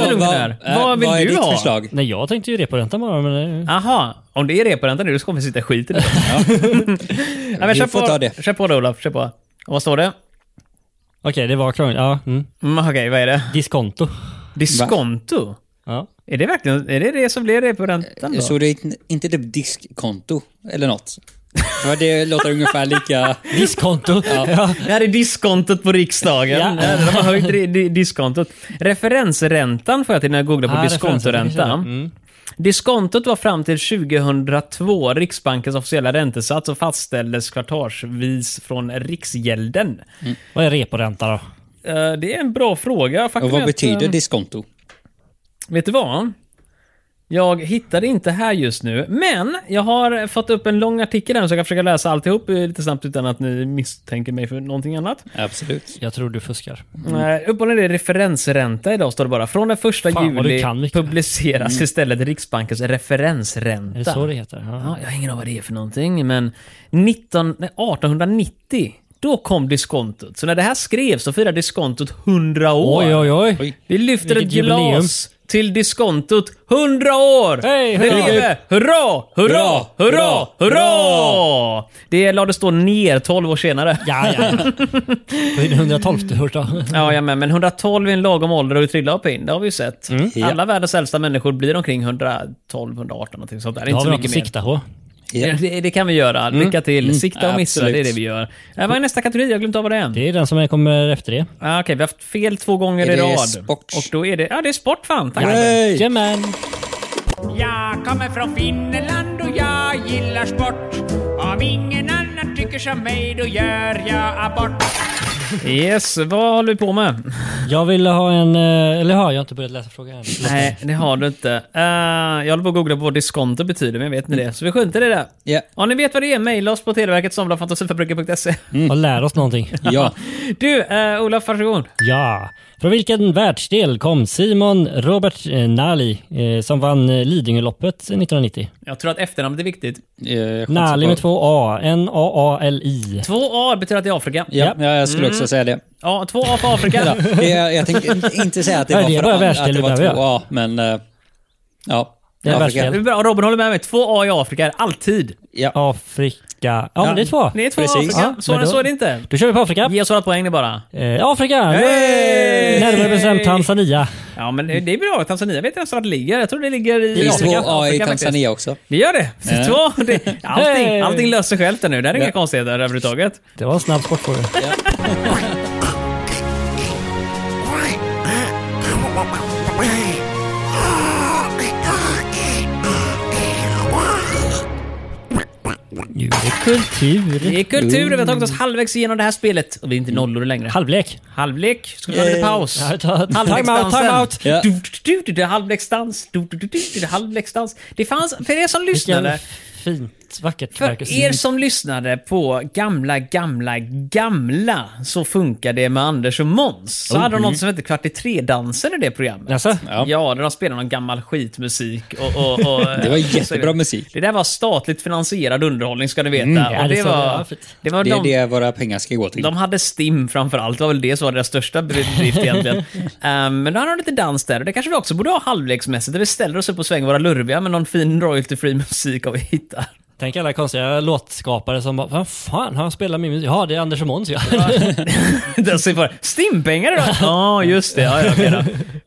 S2: Vad,
S3: vad, eh,
S2: vad vill
S3: vad är
S2: du
S3: ditt
S2: ha?
S3: förslag?
S1: Nej, jag tänkte ju det på räntan bara. Men eh, det...
S2: Aha, om det är reporänta nu, då ska vi sitta i skit i det. Nej, men
S3: Vi
S2: kör
S3: får
S2: på,
S3: ta det.
S2: Kör på det Olof, kör på. Och vad står det?
S1: Okej, det var krångligt. Ja, mm.
S2: Mm, Okej, vad är det?
S1: Diskonto.
S2: Diskonto?
S1: Ja.
S2: Är det verkligen är det, det som blir reporäntan då?
S3: Så det är inte- inte typ diskkonto eller något? För det låter ungefär lika...
S1: Diskonto. ja.
S2: Det här är diskontot på riksdagen.
S1: Ja.
S2: Det här- De har höjt di- di- diskontot. Referensräntan får jag till när jag googlar på
S1: Ah,
S2: diskontoränta.
S1: referensen, Mm.
S3: Mm.
S1: det finns
S2: Diskontot var fram till 2002 Riksbankens officiella räntesats och fastställdes kvartalsvis från Riksgälden.
S1: det. Vad är reporänta då?
S2: Eh, det är en bra fråga. Faktum
S3: Och
S2: är
S3: vad
S2: att, eh,
S3: betyder diskonto?
S2: Vet du vad? Jag hittar det inte här just nu, men jag har fått upp en lång artikel här så jag kan försöka läsa alltihop eh, lite snabbt utan att ni misstänker mig för någonting annat.
S3: Absolut.
S1: Jag tror du fuskar.
S2: Mm. Uppehållen är referensränta idag står det bara. Från den första
S1: Fan, vad du
S2: juli
S1: kan, Mikael.
S2: publiceras istället Riksbankens referensränta.
S1: Är det så det heter?
S2: Ja, jag har ingen aning vad det är för någonting, men 19, nej, 1890, då kom diskontot. Så när det här skrevs så firade diskontot 100 år.
S1: Oj, oj, oj.
S3: Oj.
S2: Vi lyfter ett
S1: Vilket jubileum.
S2: glas till diskontot 100 år!
S1: Hej,
S2: Det
S1: hurra!
S2: lever! Hurra, hurra,
S3: Hurra,
S2: hurra,
S3: hurra,
S2: hurra! Det lades då ner 12 år senare.
S1: Ja, ja, ja. Det är det 112 du hört då.
S2: Ja, ja men, men 112 är en lagom ålder att trilla upp in. Det har vi ju sett.
S1: Mm.
S3: Ja.
S2: Alla världens äldsta människor blir omkring 112, 118 någonting sånt där.
S1: Det
S2: inte
S1: har
S2: så
S1: vi något att
S2: mycket mer.
S1: sikta på.
S3: Ja. Mm.
S2: Det, det kan vi göra. Lycka till. Sikta och missa,
S3: Absolut.
S2: det är det vi gör. Äh, vad är nästa kategori? Jag har glömt av vad det är.
S1: Det är den som kommer efter det.
S2: Ah, Okej, vi har haft fel två gånger
S3: Är
S2: i
S3: det
S2: rad.
S3: sport?
S2: Och då är det... Ja, det är sport fan. Tack.
S3: Hej!
S1: Jajamän.
S5: Jag kommer från Finland och jag gillar sport. Om ingen annan tycker som mig, då gör jag abort.
S2: Yes, vad håller vi på med?
S1: Jag ville ha en... eh, Eller har jag inte börjat läsa frågan än?
S2: Nej, det har du inte. Eh, jag håller på att googla på vad diskonto betyder, men jag vet inte det. Så vi skjuter det där.
S3: Ja.
S2: Om ni vet vad det är, mejla oss på televerket snabelafantasifabriken.se.
S3: Mm.
S1: Och lär oss någonting.
S3: Ja.
S2: Du, uh, Olof, varsågod.
S1: Ja. Från vilken världsdel kom Simon Robert eh, Nali eh, som vann eh, Lidingöloppet 1990?
S2: Jag tror att efternamnet är viktigt.
S3: Jag chansar
S1: Nali
S3: på-
S1: med två A. N-A-A-L-I.
S2: Två A betyder att det är Afrika.
S3: Ja, ja, jag skulle också säga det.
S2: Ja, två A för Afrika.
S3: Ja, jag, jag tänkte inte säga att det
S1: Nej,
S3: var,
S1: det är
S3: för
S1: bara
S3: att
S1: världsdel
S3: det var
S1: vi behöver
S3: två A, men... eh, Ja.
S1: Det är
S3: Afrika.
S2: Det
S1: världsdel.
S2: är bra, Robin håller med mig. Två A i Afrika är alltid.
S3: Ja.
S1: Afrika. Ja, men det är två.
S2: Det är två A i
S3: Precis.
S2: Afrika.
S1: Ja,
S2: Svårare
S1: men
S2: än
S1: då-
S2: så är det inte.
S1: Då kör vi på Afrika.
S2: Ge oss några poäng det bara.
S1: Eh, Afrika!
S2: Hey!
S1: Närmare bestämt Tanzania.
S2: Ja, men det är bra. Tanzania vet jag nästan vart det ligger. Jag tror det ligger i
S3: Det är
S2: Afrika.
S3: två A i
S2: Afrika faktiskt.
S3: Tanzania också.
S2: Det gör det. Två, det allting,
S1: Hey!
S2: allting löser sig självt där nu. Det här är inga
S3: Ja.
S2: konstigheter överhuvudtaget.
S1: Det var en snabb sportfråga. Nu är det kultur.
S2: Det är kultur vi har tagit oss halvvägs igenom det här spelet. Och vi är inte nollor längre.
S1: Halvlek.
S2: Halvlek. Ska vi ta lite paus?
S1: Ja, ta-
S2: Halvleksdansen.
S1: time out, time
S3: Ja.
S2: Du, du, du, du, Halvleksdans. Du, du, du, du, du, Halvleksdans. Det fanns, för er som lyssnade.
S1: Vilken fint, vackert
S2: För er som lyssnade på gamla, gamla, gamla så funkar det med Anders och Måns. Så hade de något som hette Kvart i tre-dansen i det programmet.
S1: Jaså?
S2: Ja. ja, där de spelade någon gammal skitmusik och... och, och
S3: Det var jättebra
S2: musik.
S3: musik.
S2: Det där var statligt finansierad underhållning ska du veta.
S1: ja,
S2: och
S1: det sa
S2: det,
S1: du.
S2: var,
S1: Ja, fint.
S2: det var
S3: Det är
S2: de,
S3: det våra pengar ska gå till.
S2: de hade STIM framförallt. Det var väl det som var deras största bedrift egentligen. Ehm, men då hade de lite dans där. Och det kanske vi också borde ha halvleksmässigt. Där vi ställer oss upp och svänger våra lurviga med någon fin royalty-free musik av vi hittar.
S1: Tänk alla konstiga låtskapare som bara, vad fan har han spelat min musik? Ja, det är Anders och Måns ja.
S2: Den ser bara, STIM-pengar idag? Ja, just det. Ja, ja, okej då.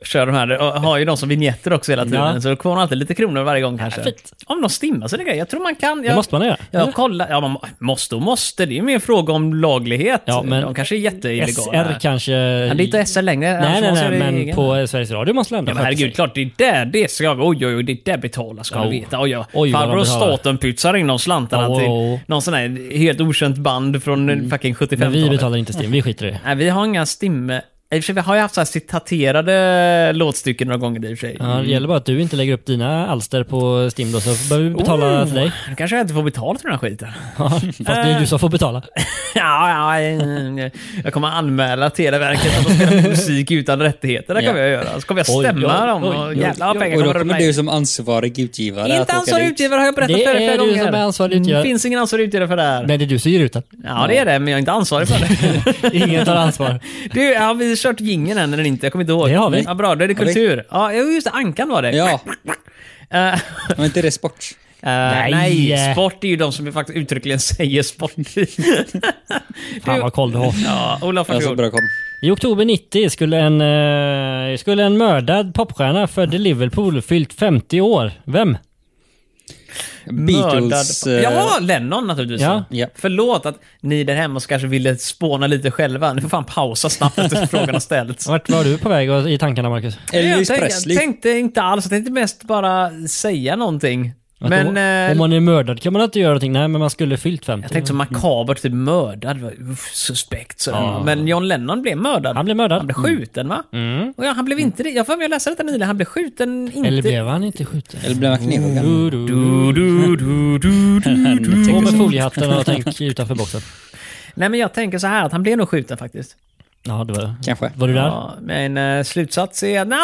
S2: Kör de här. Och har ju de som vignetter också hela tiden.
S1: Ja.
S2: Så då får man alltid lite kronor varje gång kanske.
S1: fint.
S2: Om de stimmar sina grejer. Jag tror man kan. Jag,
S1: Det måste man Mm. göra.
S2: Jag kollar, ja, man måste och måste. Det är ju mer en fråga om laglighet.
S1: Ja, men-
S2: de kanske är jätteillegala.
S1: SR kanske...
S2: Ja, det är inte SR längre.
S1: Nej,
S2: annars
S1: nej,
S2: måste
S1: nej,
S2: det
S1: men
S2: egen.
S1: på Sveriges Radio måste lämna.
S2: Ja, men herregud, klart det är där det ska vi. Oj, oj, oj, det är där betalas ska du
S1: Oh.
S2: veta. Oj, oj.
S1: Oj, vad de
S2: Farbror
S1: betalar.
S2: staten pytsar in de slantarna
S1: Oh, oh.
S2: till någon sån här helt okänt band från mm. fucking 75-talet.
S1: Men vi betalar inte STIM, vi skiter i det.
S2: Nej, vi har inga stimme... I och för sig, vi har ju haft så här citaterade låtstycken några gånger i och för sig.
S1: Ja, det gäller bara att du inte lägger upp dina alster på STIM då, så behöver vi betala
S2: Oh,
S1: till dig.
S2: Nu kanske jag inte får betalt för den här skiten.
S1: Ja, fast det är du som får betala.
S2: ja, ja, eh, jag kommer anmäla Televerket att de spelar musik utan rättigheter. Det kommer
S3: Ja.
S2: jag göra. Så kommer jag
S1: Oj,
S2: stämma
S1: oj,
S2: dem.
S1: oj,
S2: Och
S1: oj,
S2: jävla vad
S1: oj.
S2: pengar
S3: Och
S2: kommer
S3: då
S2: rulla
S3: kommer
S2: in.
S3: du som ansvarig utgivare
S2: Inte ansvarig
S3: dit.
S2: utgivare har jag berättat
S1: Det
S2: för dig flera
S1: är du
S2: gånger.
S1: som är ansvarig utgivare.
S2: Det finns ingen ansvarig utgivare för det här.
S1: Nej, det är du som ger ut den.
S2: Ja, det är det, men jag är inte ansvarig för det.
S1: Ingen tar ansvar.
S2: Du, har vi kört jingeln än eller inte? Jag kommer inte ihåg.
S1: Det har vi.
S2: Ja, bra, då är det
S3: Har vi?
S2: kultur. Ja, just det. Ankan var det.
S3: Ja,
S2: Eh,
S3: men inte det sport?
S2: nej. nej,
S1: Eh, Nej.
S2: sport är ju de som faktiskt uttryckligen säger sport.
S1: Fan vad koll du har.
S2: ja, Olof,
S3: Jag har
S2: varsågod.
S3: så Alltså, bra koll.
S1: I oktober 90 skulle en, eh, skulle en mördad popstjärna född i Liverpool fyllt 50 år. Vem?
S3: Beatles... eh,
S2: Mördad- Ja, Lennon naturligtvis.
S1: Ja.
S3: Ja.
S2: Förlåt att ni där hemma kanske ville spåna lite själva. Ni får fan pausa snabbt efter frågan har ställts.
S1: Vart var du på väg och- i tankarna Marcus?
S3: Elvis
S2: jag, tänkte,
S3: Presley.
S2: jag tänkte inte alls, jag tänkte mest bara säga någonting.
S1: Att
S2: Men,
S1: om,
S2: eh,
S1: om man är mördad kan man inte göra någonting. Nej, men man skulle fyllt 50.
S2: Jag tänkte så makabert, typ mördad. Det var, Uff, suspekt. Så. Men John Lennon blev mördad.
S1: Han Mm. blev mördad.
S2: Han blev skjuten va? Och ja, han blev inte det. Jag får jag läste detta nyligen. Han blev skjuten inte...
S1: Eller blev han inte skjuten?
S3: Eller blev han knivhuggen?
S2: Mm.
S1: Du, du, du.
S2: Du, du, du, du, du, du.
S1: På med foliehatten och tänk utanför boxen.
S2: Nej men jag tänker så här att han blev nog skjuten faktiskt.
S1: Ja, det var...
S3: Kanske.
S1: Var du där?
S2: Ja, men eh, slutsats är att no,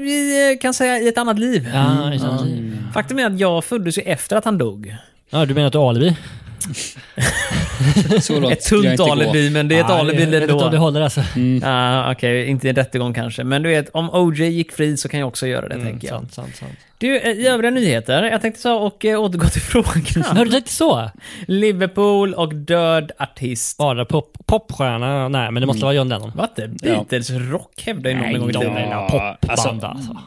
S2: vi eh, kan säga i ett annat liv.
S1: Ja, det känns-
S2: Faktum är att jag föddes ju efter att han dog.
S1: ja, du menar ett alibi?
S3: Så långt
S2: Ett tunt
S3: skulle jag inte gå.
S2: alibi, men det är ett
S1: Ja,
S2: alibi
S1: jag vet
S2: ändå.
S1: inte om det håller alltså.
S2: Ah, Okej, inte i en rättegång kanske. Men du vet, om OJ gick fri så kan jag också göra det, tänker jag.
S1: Mm, Sant, sant, sant.
S2: Du, eh, i övriga nyheter, jag tänkte så och eh, återgå till
S1: Ja. Har
S2: frågan.
S1: du tänkt så?
S2: Liverpool och död artist.
S1: Bara pop, popstjärna? Nej, men det måste vara John Lennon.
S2: Vad det? Beatles rock hävdar ju någon gång i
S1: de
S2: tiden.
S1: är
S3: Ja,
S1: en popband
S3: alltså.
S1: alltså.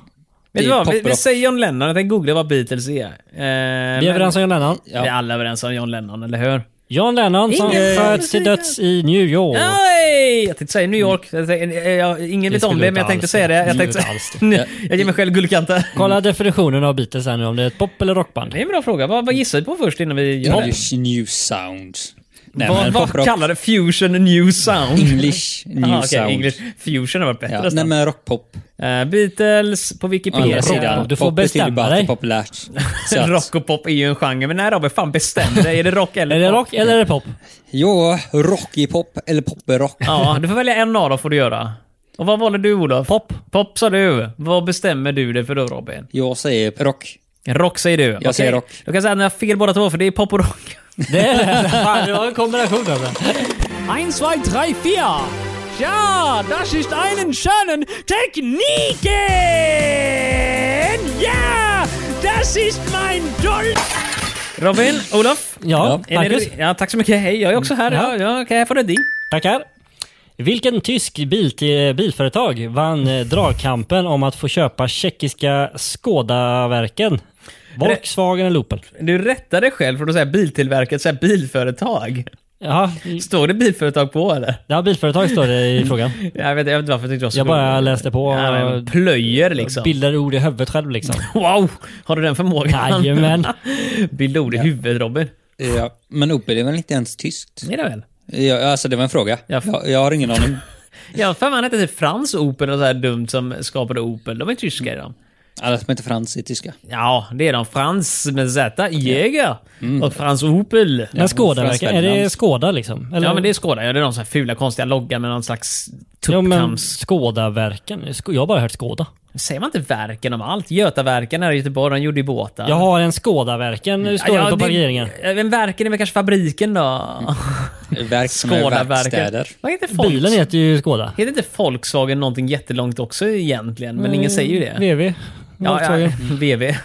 S2: Vet du
S3: Det är
S2: vad, vi, vi
S3: poprock.
S2: säger John Lennon, jag tänkte googla vad Beatles är. Eh,
S1: Vi är överens om John Lennon.
S2: Ja. Vi är alla överens om John Lennon, eller hur?
S1: John Lennon som
S2: Ingen
S1: sköts till
S2: musik,
S1: döds i New York.
S2: Nej! Jag tänkte säga New York, jag tänkte, eh, jag, ingen vet
S1: skulle
S2: om
S1: du
S2: det,
S1: inte
S2: men jag tänkte
S1: alls
S2: säga det.
S1: det.
S2: Jag,
S1: Du
S2: tänkte,
S1: gjorde alls
S2: Nej, jag ger mig själv guldkanter.
S1: Kolla definitionen av Beatles här nu, om det är ett pop eller rockband.
S2: Det är en bra fråga. Vad, vad gissar vi på först innan vi gör det?
S3: English New Sound. Nej,
S2: Vad,
S3: men
S2: vad
S3: poprock.
S2: kallar det? Fusion new sound?
S3: English New
S2: Aha, okej,
S3: Sound.
S2: English fusion har varit bättre.
S3: Ja.
S2: nästan.
S3: Nej, men rockpop.
S2: Eh, Beatles på
S3: Å andra
S2: Wikipedia.
S3: sidan,
S1: Du får
S3: pop betyder
S1: bestämma
S3: bara att det är
S1: dig.
S3: populärt. Så att-
S2: Rock och pop är ju en genre, men nej Robin, fan bestäm dig. Är det rock eller
S1: Är det
S2: pop?
S1: rock eller är det pop?
S3: Jo, rockig pop eller popperock.
S2: Ja, du får välja en av dem får du göra. Och vad valde du Olof? Pop. Pop sa du. Vad bestämmer du dig för då Robin?
S3: Jag säger rock.
S2: Rock säger du. Jag
S3: säger rock.
S2: Du kan säga att ni har fel båda två, för det är pop och rock.
S1: Det är det. Fan, det var en kombination alltså.
S2: 1, 2, 3, 4! Ja, das ist einen schönen Techniken! Ja, das ist mein Dolch! Robin, Olof.
S1: Ja,
S2: Är ni-
S1: Marcus.
S2: ja, tack så mycket. Hej, jag är också här. Ja,
S1: Ja.
S2: ja, okej, jag får det din.
S1: Tackar. Vilken tysk bil eh, bilföretag vann eh, dragkampen om att få köpa tjeckiska Skoda-verken? Volkswagen eller Opel?
S2: Du rättar dig själv från att säga biltillverkare, säga bilföretag.
S1: Ja,
S2: Står det bilföretag på eller?
S1: det här bilföretag står det i frågan.
S2: Jag vet, jag vet inte varför jag tyckte det var så
S1: Jag bara läste på.
S2: Ja, men plöjer liksom.
S1: Bildar ord i huvudet själv liksom.
S2: Wow! Har du den förmågan?
S1: Jajamän.
S2: Bilda ord i huvudet Robin.
S3: Eh, Ja. Men Opel är väl inte ens tyskt?
S2: Är det väl?
S3: Ja, alltså det var en fråga.
S2: Ja.
S3: Jag, jag har ingen aning.
S2: Ja, för man hette typ Frans Opel och så här dumt som skapade Opel. De är tyska är de.
S3: Alla som heter Frans är tyska.
S2: Ja, det är de. Frans med Z, Jäger och Frans Opel.
S1: Mm. Men Skoda-verken, är det
S3: Ferdinand.
S1: Skoda liksom? Eller?
S2: Ja, men det är Skåda. Ja, det är de så här fula konstiga loggar med någon slags
S1: Ja, men
S2: tuppkams...
S1: Skoda-verken. Sk- Jag har bara hört Skoda.
S2: Säger man inte verken om allt? Götaverken här i Göteborg, de gjorde ju båtar.
S1: Jag har en Skoda-verken, nu står det på parkeringen. Mm.
S2: Ja, men verken är väl kanske fabriken då?
S3: Verk som är
S2: Skådaverken.
S3: verkstäder.
S2: Vad heter Volks-
S1: Bilen heter ju Skoda.
S2: Heter inte Volkswagen någonting jättelångt också egentligen? Men
S1: Mm.
S2: ingen säger ju det.
S1: VW.
S2: Ja, ja,
S1: Volkswagen.
S2: VW.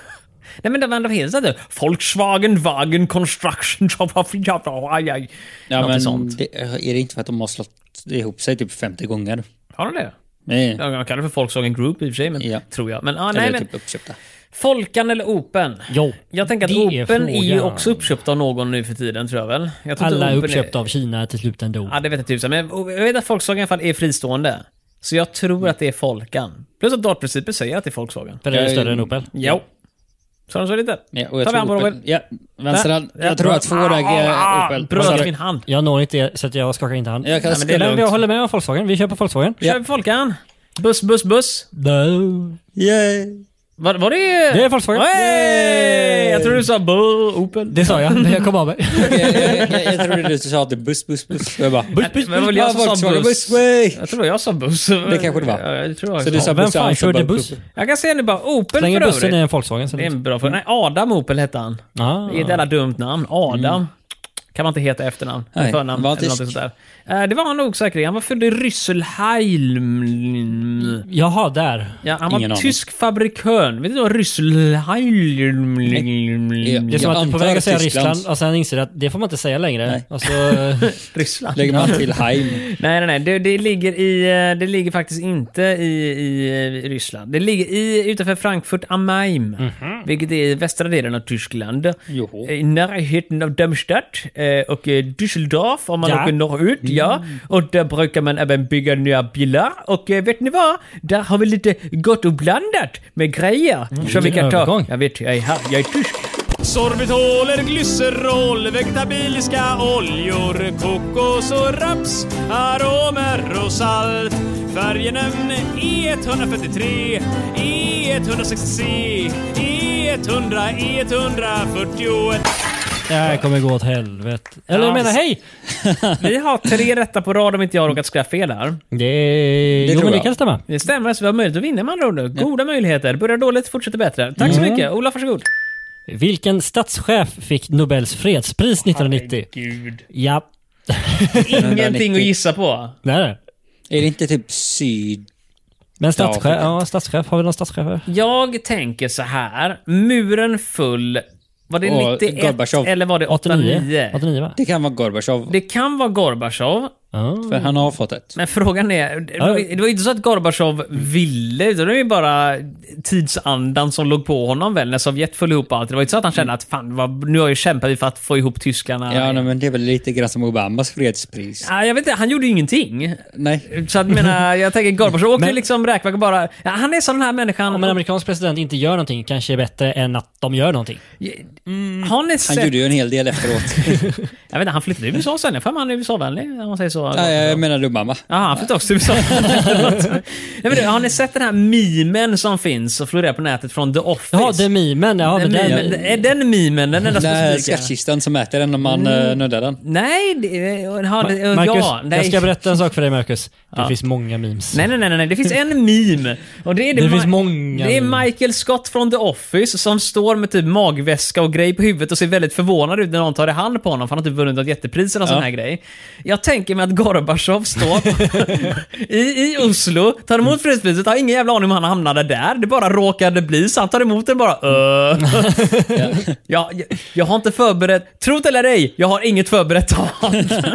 S2: Nej men de andra finns inte. Volkswagen, Wagen, Construction, aj,
S3: Ja,
S2: Något
S3: men
S2: sånt.
S3: Det, är det inte för att de har slått ihop sig typ 50 gånger?
S2: Har de det?
S3: Nej.
S2: Ja, De kallar det för Volkswagen Group i och för sig, men,
S3: Ja.
S2: tror jag. Men, ah,
S3: Eller
S2: nej, men
S3: typ uppköpta.
S2: Folkan eller Open?
S1: Jo,
S2: Jag tänker att
S1: det är
S2: Open är, ju
S1: frågan.
S2: också uppköpt av någon nu för tiden, tror jag väl? Jag tror inte
S1: Alla är
S2: Open
S1: uppköpta av Kina till slut ändå.
S2: Ja, det vet jag tusan. Men jag vet att Volkswagen i alla fall är fristående. Så jag
S3: Mm.
S2: tror att det är Folkan. Plus att dartprincipen säger att det är Volkswagen.
S1: För det är
S3: Jag
S1: ju
S3: är-
S1: större än Opel.
S2: Jo. Sa de så lite?
S3: Ja, och jag
S2: Ta
S3: tror
S2: vi an på
S3: Opel.
S2: Robin.
S3: Ja, vänsterhand.
S2: Ja,
S3: Jag tror att två
S2: ah,
S3: väger
S2: ah,
S3: Opel. Vad sa
S2: Bröt
S3: du?
S2: min hand.
S1: Jag når inte er, så att jag skakar inte hand.
S3: Jag kan
S2: Nej, men det är
S3: skriva-
S1: Men jag håller med om Volkswagen. Vi köper Volkswagen.
S2: Kör vi Folkan. Buss, buss, buss.
S1: No.
S3: Yay.
S2: Var, var det...
S1: Det är Volkswagen.
S2: Hey! Jag tror du sa bull, Opel.
S1: Det sa jag, men jag kom av mig.
S3: Jag, jag, jag, jag trodde du sa att det är buss, buss, buss. Jag bara, buss,
S2: Men det var väl jag som sa
S3: Volkswagen
S2: buss.
S3: buss. way.
S2: Jag tror det var jag som sa buss.
S3: Det kanske det var.
S2: Ja, jag tror jag
S3: Så
S2: sa.
S3: du sa
S1: Vem
S3: buss,
S1: fan
S3: jag sa
S1: körde
S3: bara
S1: buss?
S3: Opel.
S2: Jag kan säga nu bara Opel
S1: Så länge
S2: för
S1: bussen
S2: övrigt.
S1: är en Volkswagen så liksom.
S2: Det är
S1: är det
S2: en bra fråga. Nej, Adam Opel hette han.
S1: ah.
S2: Det är ett jävla dumt namn. Adam. Kan man inte heta efternamn?
S3: Mm. Nej,
S2: förnamn
S3: var
S2: eller
S3: tysk.
S2: någonting sådär. Eh, Det var han nog säkert. Han var född i Rysselheim.
S1: Jaha, där.
S2: Ja, han var
S3: Ingen aning.
S2: tysk fabrikör. Vet du vad Rysselheim...
S1: Det är som
S3: Jag
S1: att du är på
S3: antar
S1: väg att säga
S3: Tyskland.
S1: Ryssland och sen inser du att det får man inte säga längre.
S3: Nej.
S1: Alltså,
S2: Ryssland?
S3: Lägger man till Heim.
S2: Nej, nej, nej. Det, det, ligger i, eh, det ligger faktiskt inte i, i, eh, Ryssland. Det ligger i, utanför Frankfurt am Main, vilket är i västra delen av Tyskland. Eh,
S3: Joho.
S2: I närheten av Darmstadt eh, och eh, Düsseldorf om man
S1: Ja.
S2: åker norrut. Ja. Och där brukar man även bygga nya bilar. Och eh, vet ni vad? Där har vi lite gott och blandat med grejer. som vi
S1: vilken
S2: kan ta.
S1: övergång.
S2: Jag vet, jag är här. Jag är tysk.
S6: Sorbitoler, glycerol, vegetabiliska oljor, kokos och raps, aromer och salt. E Färgenämn E143, E E160C, E E100, E141.
S1: Det här kommer gå åt helvete. Eller jag menar hej!
S2: Vi har tre rätta på rad om inte jag har råkat skriva fel här.
S1: Det, jo
S3: tror
S1: men det
S3: jag.
S1: kan stämma.
S2: Det stämmer, så vi har möjlighet att vinna med andra ord nu. Goda möjligheter. Börjar dåligt, fortsätter bättre. Tack så mycket. Ola, varsågod.
S1: Vilken statschef fick Nobels fredspris 1990?
S2: Gud.
S1: Ja,
S2: Ingenting att gissa på.
S1: det är det.
S3: Är det inte typ syd...
S1: Men statschef,
S3: Ja,
S1: ja, statschef, har vi någon statschef här?
S2: Jag tänker så här. Muren full. Var det
S3: Och
S2: 91
S3: Gorbachev.
S2: eller var det 89?
S1: 89? 89 va?
S3: Det kan vara Gorbachev.
S2: Det kan vara Gorbachev,
S1: Ja.
S3: För han har fått ett.
S2: men frågan är... Det var det var ju inte så att Gorbachev ville, utan det var ju bara tidsandan som låg på honom väl när Sovjet föll ihop och allt. Det var ju inte så att han kände att fan, vad, nu har ju kämpat vi för att få ihop tyskarna.
S3: Ja, nej, men det är väl lite grann som Obamas fredspris.
S2: Ja, jag vet inte, han gjorde ju ingenting.
S3: Nej.
S2: Så att, menar, jag tänker Gorbachev åker ju
S1: Men-
S2: liksom räkmacka bara. Ja, han är sån här människan.
S1: Om en amerikansk president inte gör någonting kanske är bättre än att de gör någonting.
S2: har ni
S3: Han
S2: sett...
S3: gjorde ju en hel del efteråt.
S2: Jag vet inte, han flyttade till USA sen. Jag har för mig han är USA-vänlig, om man säger så.
S3: Nej, jag menade Obama.
S2: Ja, han flyttade också till USA. Nej, men du, har ni sett den här memen som finns och florerar på nätet från The Office?
S1: Jaha, det är mimen. Ja, men
S2: den,
S1: den,
S2: memen, Är den memen den enda
S3: Den här
S2: specifika?
S3: skattkistan som äter den om man mm. nuddar den.
S2: Nej, det, är- har, det- ja,
S1: Marcus,
S2: nej.
S1: jag ska berätta en sak för dig Marcus. Det finns många memes.
S2: Nej, nej, nej, nej, det finns en meme. Och det är
S1: Det
S2: Ma-
S1: finns många
S2: Det är
S1: meme.
S2: Michael Scott från The Office som står med typ magväska och grej på huvudet och ser väldigt förvånad ut när någon tar i hand på honom för han har typ vunnit något jättepris eller någon sån här grej. Jag tänker mig att Gorbachev står i, i Oslo, tar emot fredspriset, har ingen jävla aning om han hamnade där. Det bara råkade bli så han tar emot den bara "Öh." ja, jag, jag har inte förberett, tro det eller ej, jag har inget förberett tal.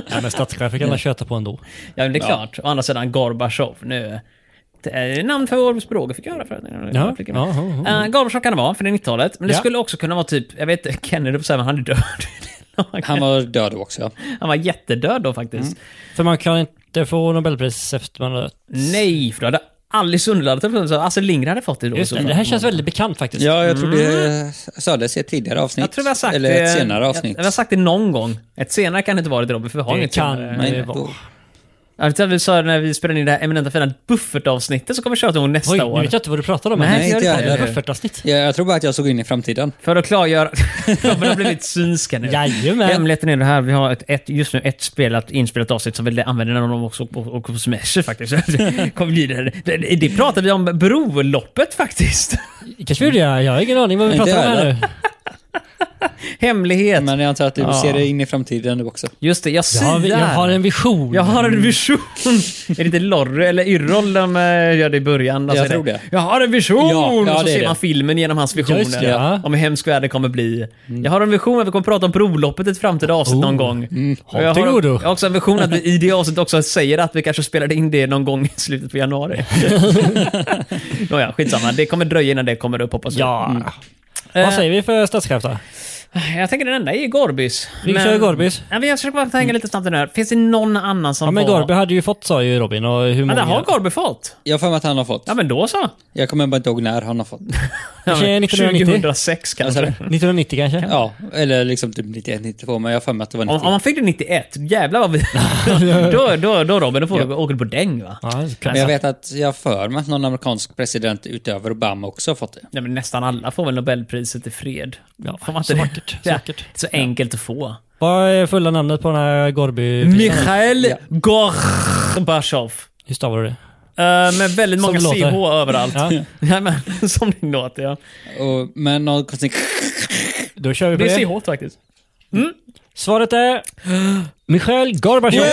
S1: Ja, men statschefer kan man köta på ändå.
S2: Ja, men det är klart. Å andra sidan, Gorbachev nu. Det är namn för vår språk, fick jag höra förut.
S1: Ja, ja, ja,
S2: Eh, Gorbachev kan det vara, för det är 90-talet. Men det
S1: Ja.
S2: skulle också kunna vara typ, jag vet inte, Kennedy, på så här, men han är död.
S3: Han var död då också.
S2: han var jättedöd då faktiskt.
S1: För man kan inte få Nobelpris efter man har dött.
S2: Nej, för då hade Alice Underland tagit så Astrid Lindgren hade fått det då.
S1: Just
S2: så
S1: det,
S2: fall.
S1: det här känns väldigt bekant faktiskt.
S3: Ja, jag tror det sades i ett tidigare avsnitt.
S2: Mm. jag tror vi har sagt
S3: Eller
S2: det.
S3: ett senare avsnitt.
S2: Jag, jag har sagt det någon gång. Ett senare kan det inte vara det Robin, för vi har
S1: det
S2: inget
S1: kan
S2: senare.
S1: det
S3: Nej,
S1: vara.
S3: då,
S2: Ja, det tror jag vi sa när vi spelade in det här eminenta fina buffertavsnittet så kommer vi köra till nästa
S1: Oj,
S2: år.
S1: nu vet jag inte vad du pratar om.
S2: Nej,
S1: men
S2: inte
S1: det
S3: jag
S1: är ett
S3: heller.
S1: buffertavsnitt.
S3: ja, jag tror bara att jag såg in i framtiden.
S2: För att klargöra... Robin har blivit synska nu.
S1: Jajamän.
S2: Hemligheten är det här, vi har ett, ett, just nu ett spelat, inspelat avsnitt som vi använder när de också och, och, och smasher faktiskt. Det Kom, bli det, det, det pratade vi om broloppet faktiskt.
S1: kanske vi gjorde det. Jag har ingen aning vad vi
S3: Inte
S1: pratar om här
S3: heller.
S1: nu.
S2: Hemlighet.
S3: Men jag antar att du
S2: Ja.
S3: ser det in i framtiden nu också.
S2: Just det, jag
S1: Jag
S2: siar.
S1: har, jag har en vision.
S2: Jag har en vision. är det inte Lorry eller Yrrol de eh, gör det i början?
S3: Jag
S2: är
S3: tror det.
S2: Jag har en vision!
S3: Ja, ja,
S2: och så
S3: det är
S2: ser
S3: det.
S2: man filmen genom hans visioner.
S1: Just det, ja.
S2: Om hur hemskt världen kommer bli.
S3: Mm.
S2: Jag har en vision att vi kommer prata om broloppet i ett framtida avsnitt någon
S3: Oh.
S2: gång. Och Jag
S1: Håll till
S2: har,
S1: godo.
S2: jag har också en vision att vi i det avsnittet också säger att vi kanske spelade in det någon gång i slutet på januari. Nåja, skitsamma. Det kommer dröja innan det kommer upp hoppas vi.
S1: Ja.
S2: Eh,
S1: Vad säger vi för statschef då?
S2: Jag tänker den enda är Gorbis.
S1: Vi kör Gorbis.
S2: Ja, men jag försöker bara tänka lite snabbt den här. Finns det någon annan som
S1: Ja men
S2: får...
S1: Gorby hade ju fått sa ju Robin och hur
S2: Ja,
S1: många...
S2: det har Gorby fått.
S3: Jag har för mig att han har fått.
S2: Ja, men då så.
S3: Jag kommer bara inte ihåg när han har fått.
S1: Kanske 1990?
S2: 2006 kanske.
S3: Alltså,
S1: 1990 kanske?
S3: Ja, eller liksom typ 91, 92, men jag har för mig att det var
S2: Om,
S3: 90.
S2: om man fick det 91, jävlar vad vi... då, då, då Robin, då får du åka på däng va?
S1: Ja, det kan-
S3: Men jag vet att jag har för mig att någon amerikansk president utöver Obama också har fått det.
S2: Nej, men nästan alla får väl Nobelpriset i fred?
S1: Ja,
S2: får man inte
S1: så
S2: det?
S1: vackert, så
S2: Ja,
S1: vackert.
S2: Så enkelt att få.
S1: Vad är fulla namnet på den här Gorby?
S2: Mikhail Gorbachev.
S1: Hur stavar du det?
S2: Eh, med väldigt
S1: Som
S2: många
S1: det låter.
S2: CH överallt.
S1: Ja.
S2: ja, men, som det låter ja.
S3: Och, men någon konstig...
S1: Då kör vi på
S2: Det
S1: det.
S2: är CH faktiskt.
S1: Svaret är... Michail Gorbachev!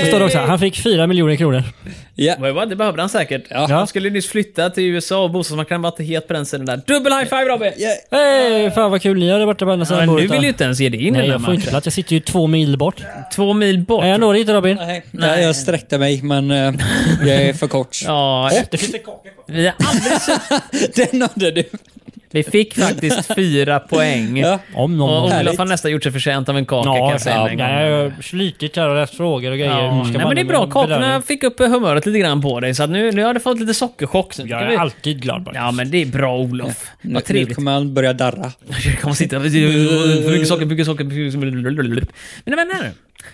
S1: Så står det också, han fick 4 miljoner kronor.
S3: Ja,
S2: Vad var Det Det behövde han säkert. Han skulle nyss flytta till USA och bostadsmarknaden var inte het på den sidan där. Dubbel high five Robin!
S1: Hej, fan vad kul ni har det borta på andra sidan
S2: Men nu
S1: bordet.
S2: vill
S1: då.
S2: ju inte ens ge dig in i
S1: Nej,
S2: den här
S1: jag får inte
S2: matchen.
S1: plats. Jag sitter ju två mil bort.
S2: Två mil bort.
S1: Är jag når inte Robin?
S3: Nej, nej, jag sträckte mig, men eh, jag är för kort.
S2: Ja,
S1: Det finns en kaka
S2: vi har aldrig sett...
S3: Den hade du.
S2: Vi fick faktiskt fyra poäng.
S3: Ja.
S1: Om någon...
S2: Och Olof
S3: Härligt.
S2: har nästan gjort sig förtjänt av en kaka kan
S1: ja,
S2: jag säga.
S1: ja,
S2: med en gång.
S1: jag har slitit här och läst frågor och grejer.
S2: Ja,
S1: Ska
S2: nej,
S1: man-
S2: men det är bra. Kakorna
S1: bedömning.
S2: fick upp humöret lite grann på dig, så att nu, nu har du fått lite sockerchock. Så
S1: Jag
S2: ska
S1: är
S2: vi-
S1: alltid glad bara.
S2: Ja, men det är bra Olof.
S3: Nu,
S2: Vad
S3: nu
S2: trevligt.
S3: kommer han börja darra.
S2: Du kommer sitta och... För mycket socker, för mycket socker, för mycket socker. Mina vänner,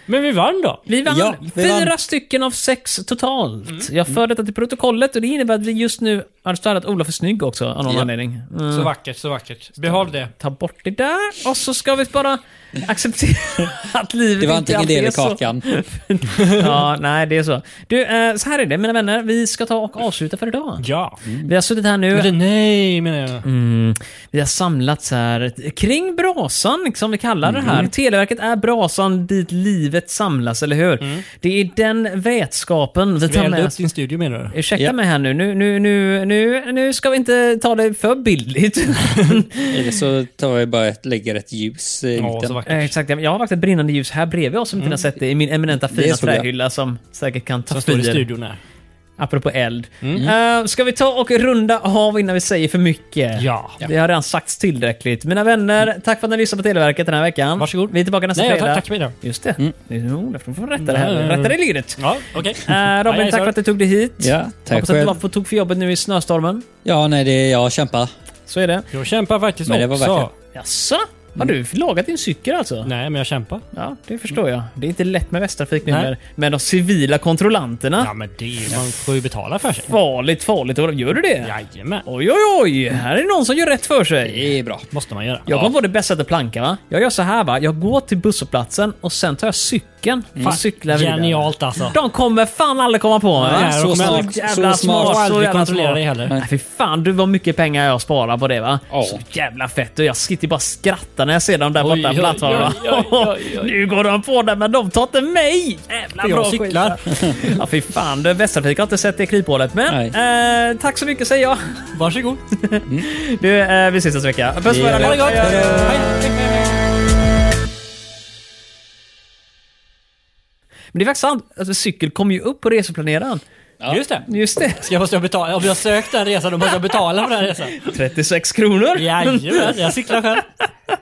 S1: Men vi vann då!
S2: vi vann
S3: Ja, vi
S2: fyra
S3: vann.
S2: stycken av sex totalt.
S1: Mm.
S2: Jag för detta till protokollet och det innebär att vi just nu har startat Olof är snygg också av någon
S3: Ja.
S2: anledning. Mm.
S7: Så vackert, så vackert. Behåll det.
S2: Ta bort det där och så ska vi bara acceptera att livet
S3: Det var
S2: inte
S3: antingen
S2: alltid
S3: det
S2: är
S3: eller
S2: så.
S3: kakan.
S2: Ja, nej, det är så. Du, eh, så här är det mina vänner. Vi ska ta och avsluta för idag.
S1: Ja.
S7: Mm.
S2: Vi har suttit här nu.
S1: Eller nej, menar jag.
S2: Mm. Vi har samlats här kring brasan, som vi kallar det
S1: Mm.
S2: här. Televerket är brasan dit livet samlas, eller hur? Det är den vetskapen vi
S1: Vi
S2: tar
S1: eldade
S2: med
S1: Mm. upp
S2: oss.
S1: din studio menar du?
S2: Ursäkta
S3: Ja.
S2: mig här nu. Nu, nu, nu, nu, nu ska vi inte ta det för bildligt.
S3: Eller så tar vi bara ett, lägger ett ljus i
S1: Ja, så
S3: mitten.
S1: vackert.
S2: Eh, Exakt, jag har faktiskt ett brinnande ljus här bredvid oss som
S1: Mm.
S2: inte ni har sett det i min eminenta fina
S3: såg jag.
S2: trähylla som säkert kan ta
S1: Som står i
S2: fyr.
S1: studion här.
S2: Apropå eld. Eh, ska vi ta och runda av innan vi säger för mycket?
S1: Ja.
S2: Det har redan sagts tillräckligt. Mina vänner, tack för att ni lyssnade på Televerket den här veckan.
S1: Varsågod.
S2: Vi är tillbaka nästa
S1: Nej, jag
S2: fredag.
S1: tack, tack för idag.
S2: Just det. Jo, därför får vi rätta det här.
S1: Mm.
S2: Rätta det i ledet.
S1: Ja, Mm. okej.
S2: Eh,
S1: Nej,
S2: Robin,
S1: jag
S2: tack för
S1: sa-
S2: att du tog dig hit.
S3: Ja, tack
S2: Hoppas att du var
S3: själv.
S2: på tok för jobbet nu i snöstormen.
S3: Ja, nej, det är jag kämpar.
S2: Så är det.
S1: Jag kämpar faktiskt
S3: Men det var
S1: också.
S3: verkligen-
S2: Jaså? Har
S1: Mm.
S2: du lagat din cykel alltså?
S1: Nej, men jag kämpar.
S2: Ja, det förstår jag. Det är inte lätt med Västtrafik nu
S1: Nej.
S2: med, med de civila kontrollanterna.
S1: Ja, men det är ju- Man får ju betala för sig.
S2: Farligt, farligt. Gör du det?
S1: Jajamän.
S2: Oj, oj, oj! Här är någon som gör rätt för sig.
S3: Det är bra.
S1: Måste man göra.
S2: Jag kom på det bästa sättet att planka va? Jag gör så här va, jag går till busshållplatsen och sen tar jag cykeln och cyklar vidare.
S1: Genialt alltså.
S2: De kommer fan aldrig komma på mig.
S1: Nej,
S2: va?
S1: de
S3: Så
S1: kommer
S3: smart.
S1: aldrig-
S2: jävla
S3: Så smart.
S1: Och
S2: smart. Så
S1: aldrig
S2: jävla
S1: kontrollera
S2: smart.
S1: dig heller.
S2: Nej, fy fan du vad mycket pengar jag sparar på det va?
S3: Ja.
S2: Så jävla fett. Och jag sitter bara och skrattar när jag ser dem där borta
S1: oj,
S2: på plattformen. va?
S1: oj, oj, oj,
S2: Nu går de på det men de tar inte mig! Jävla
S1: För jag
S2: bra
S1: cyklar.
S2: skit. va? Ja fy fan, du, Västtrafik har inte sett det kryphålet. Men eh, tack så mycket säger jag.
S1: Varsågod.
S2: Du, eh, vi ses nästa vecka. Puss på er
S3: gör vi.
S2: allihop.
S1: Ha det gott.
S2: Hej, hej.
S1: Hej.
S2: Men det är faktiskt sant. Alltså, cykel kommer ju upp på reseplaneraren.
S1: Just det.
S2: Just det.
S1: Ska jag måste jag betala? Om jag sökt den resan, då måste jag betala för den resan.
S2: 36 kronor.
S1: Jajamän, jag cyklar själv.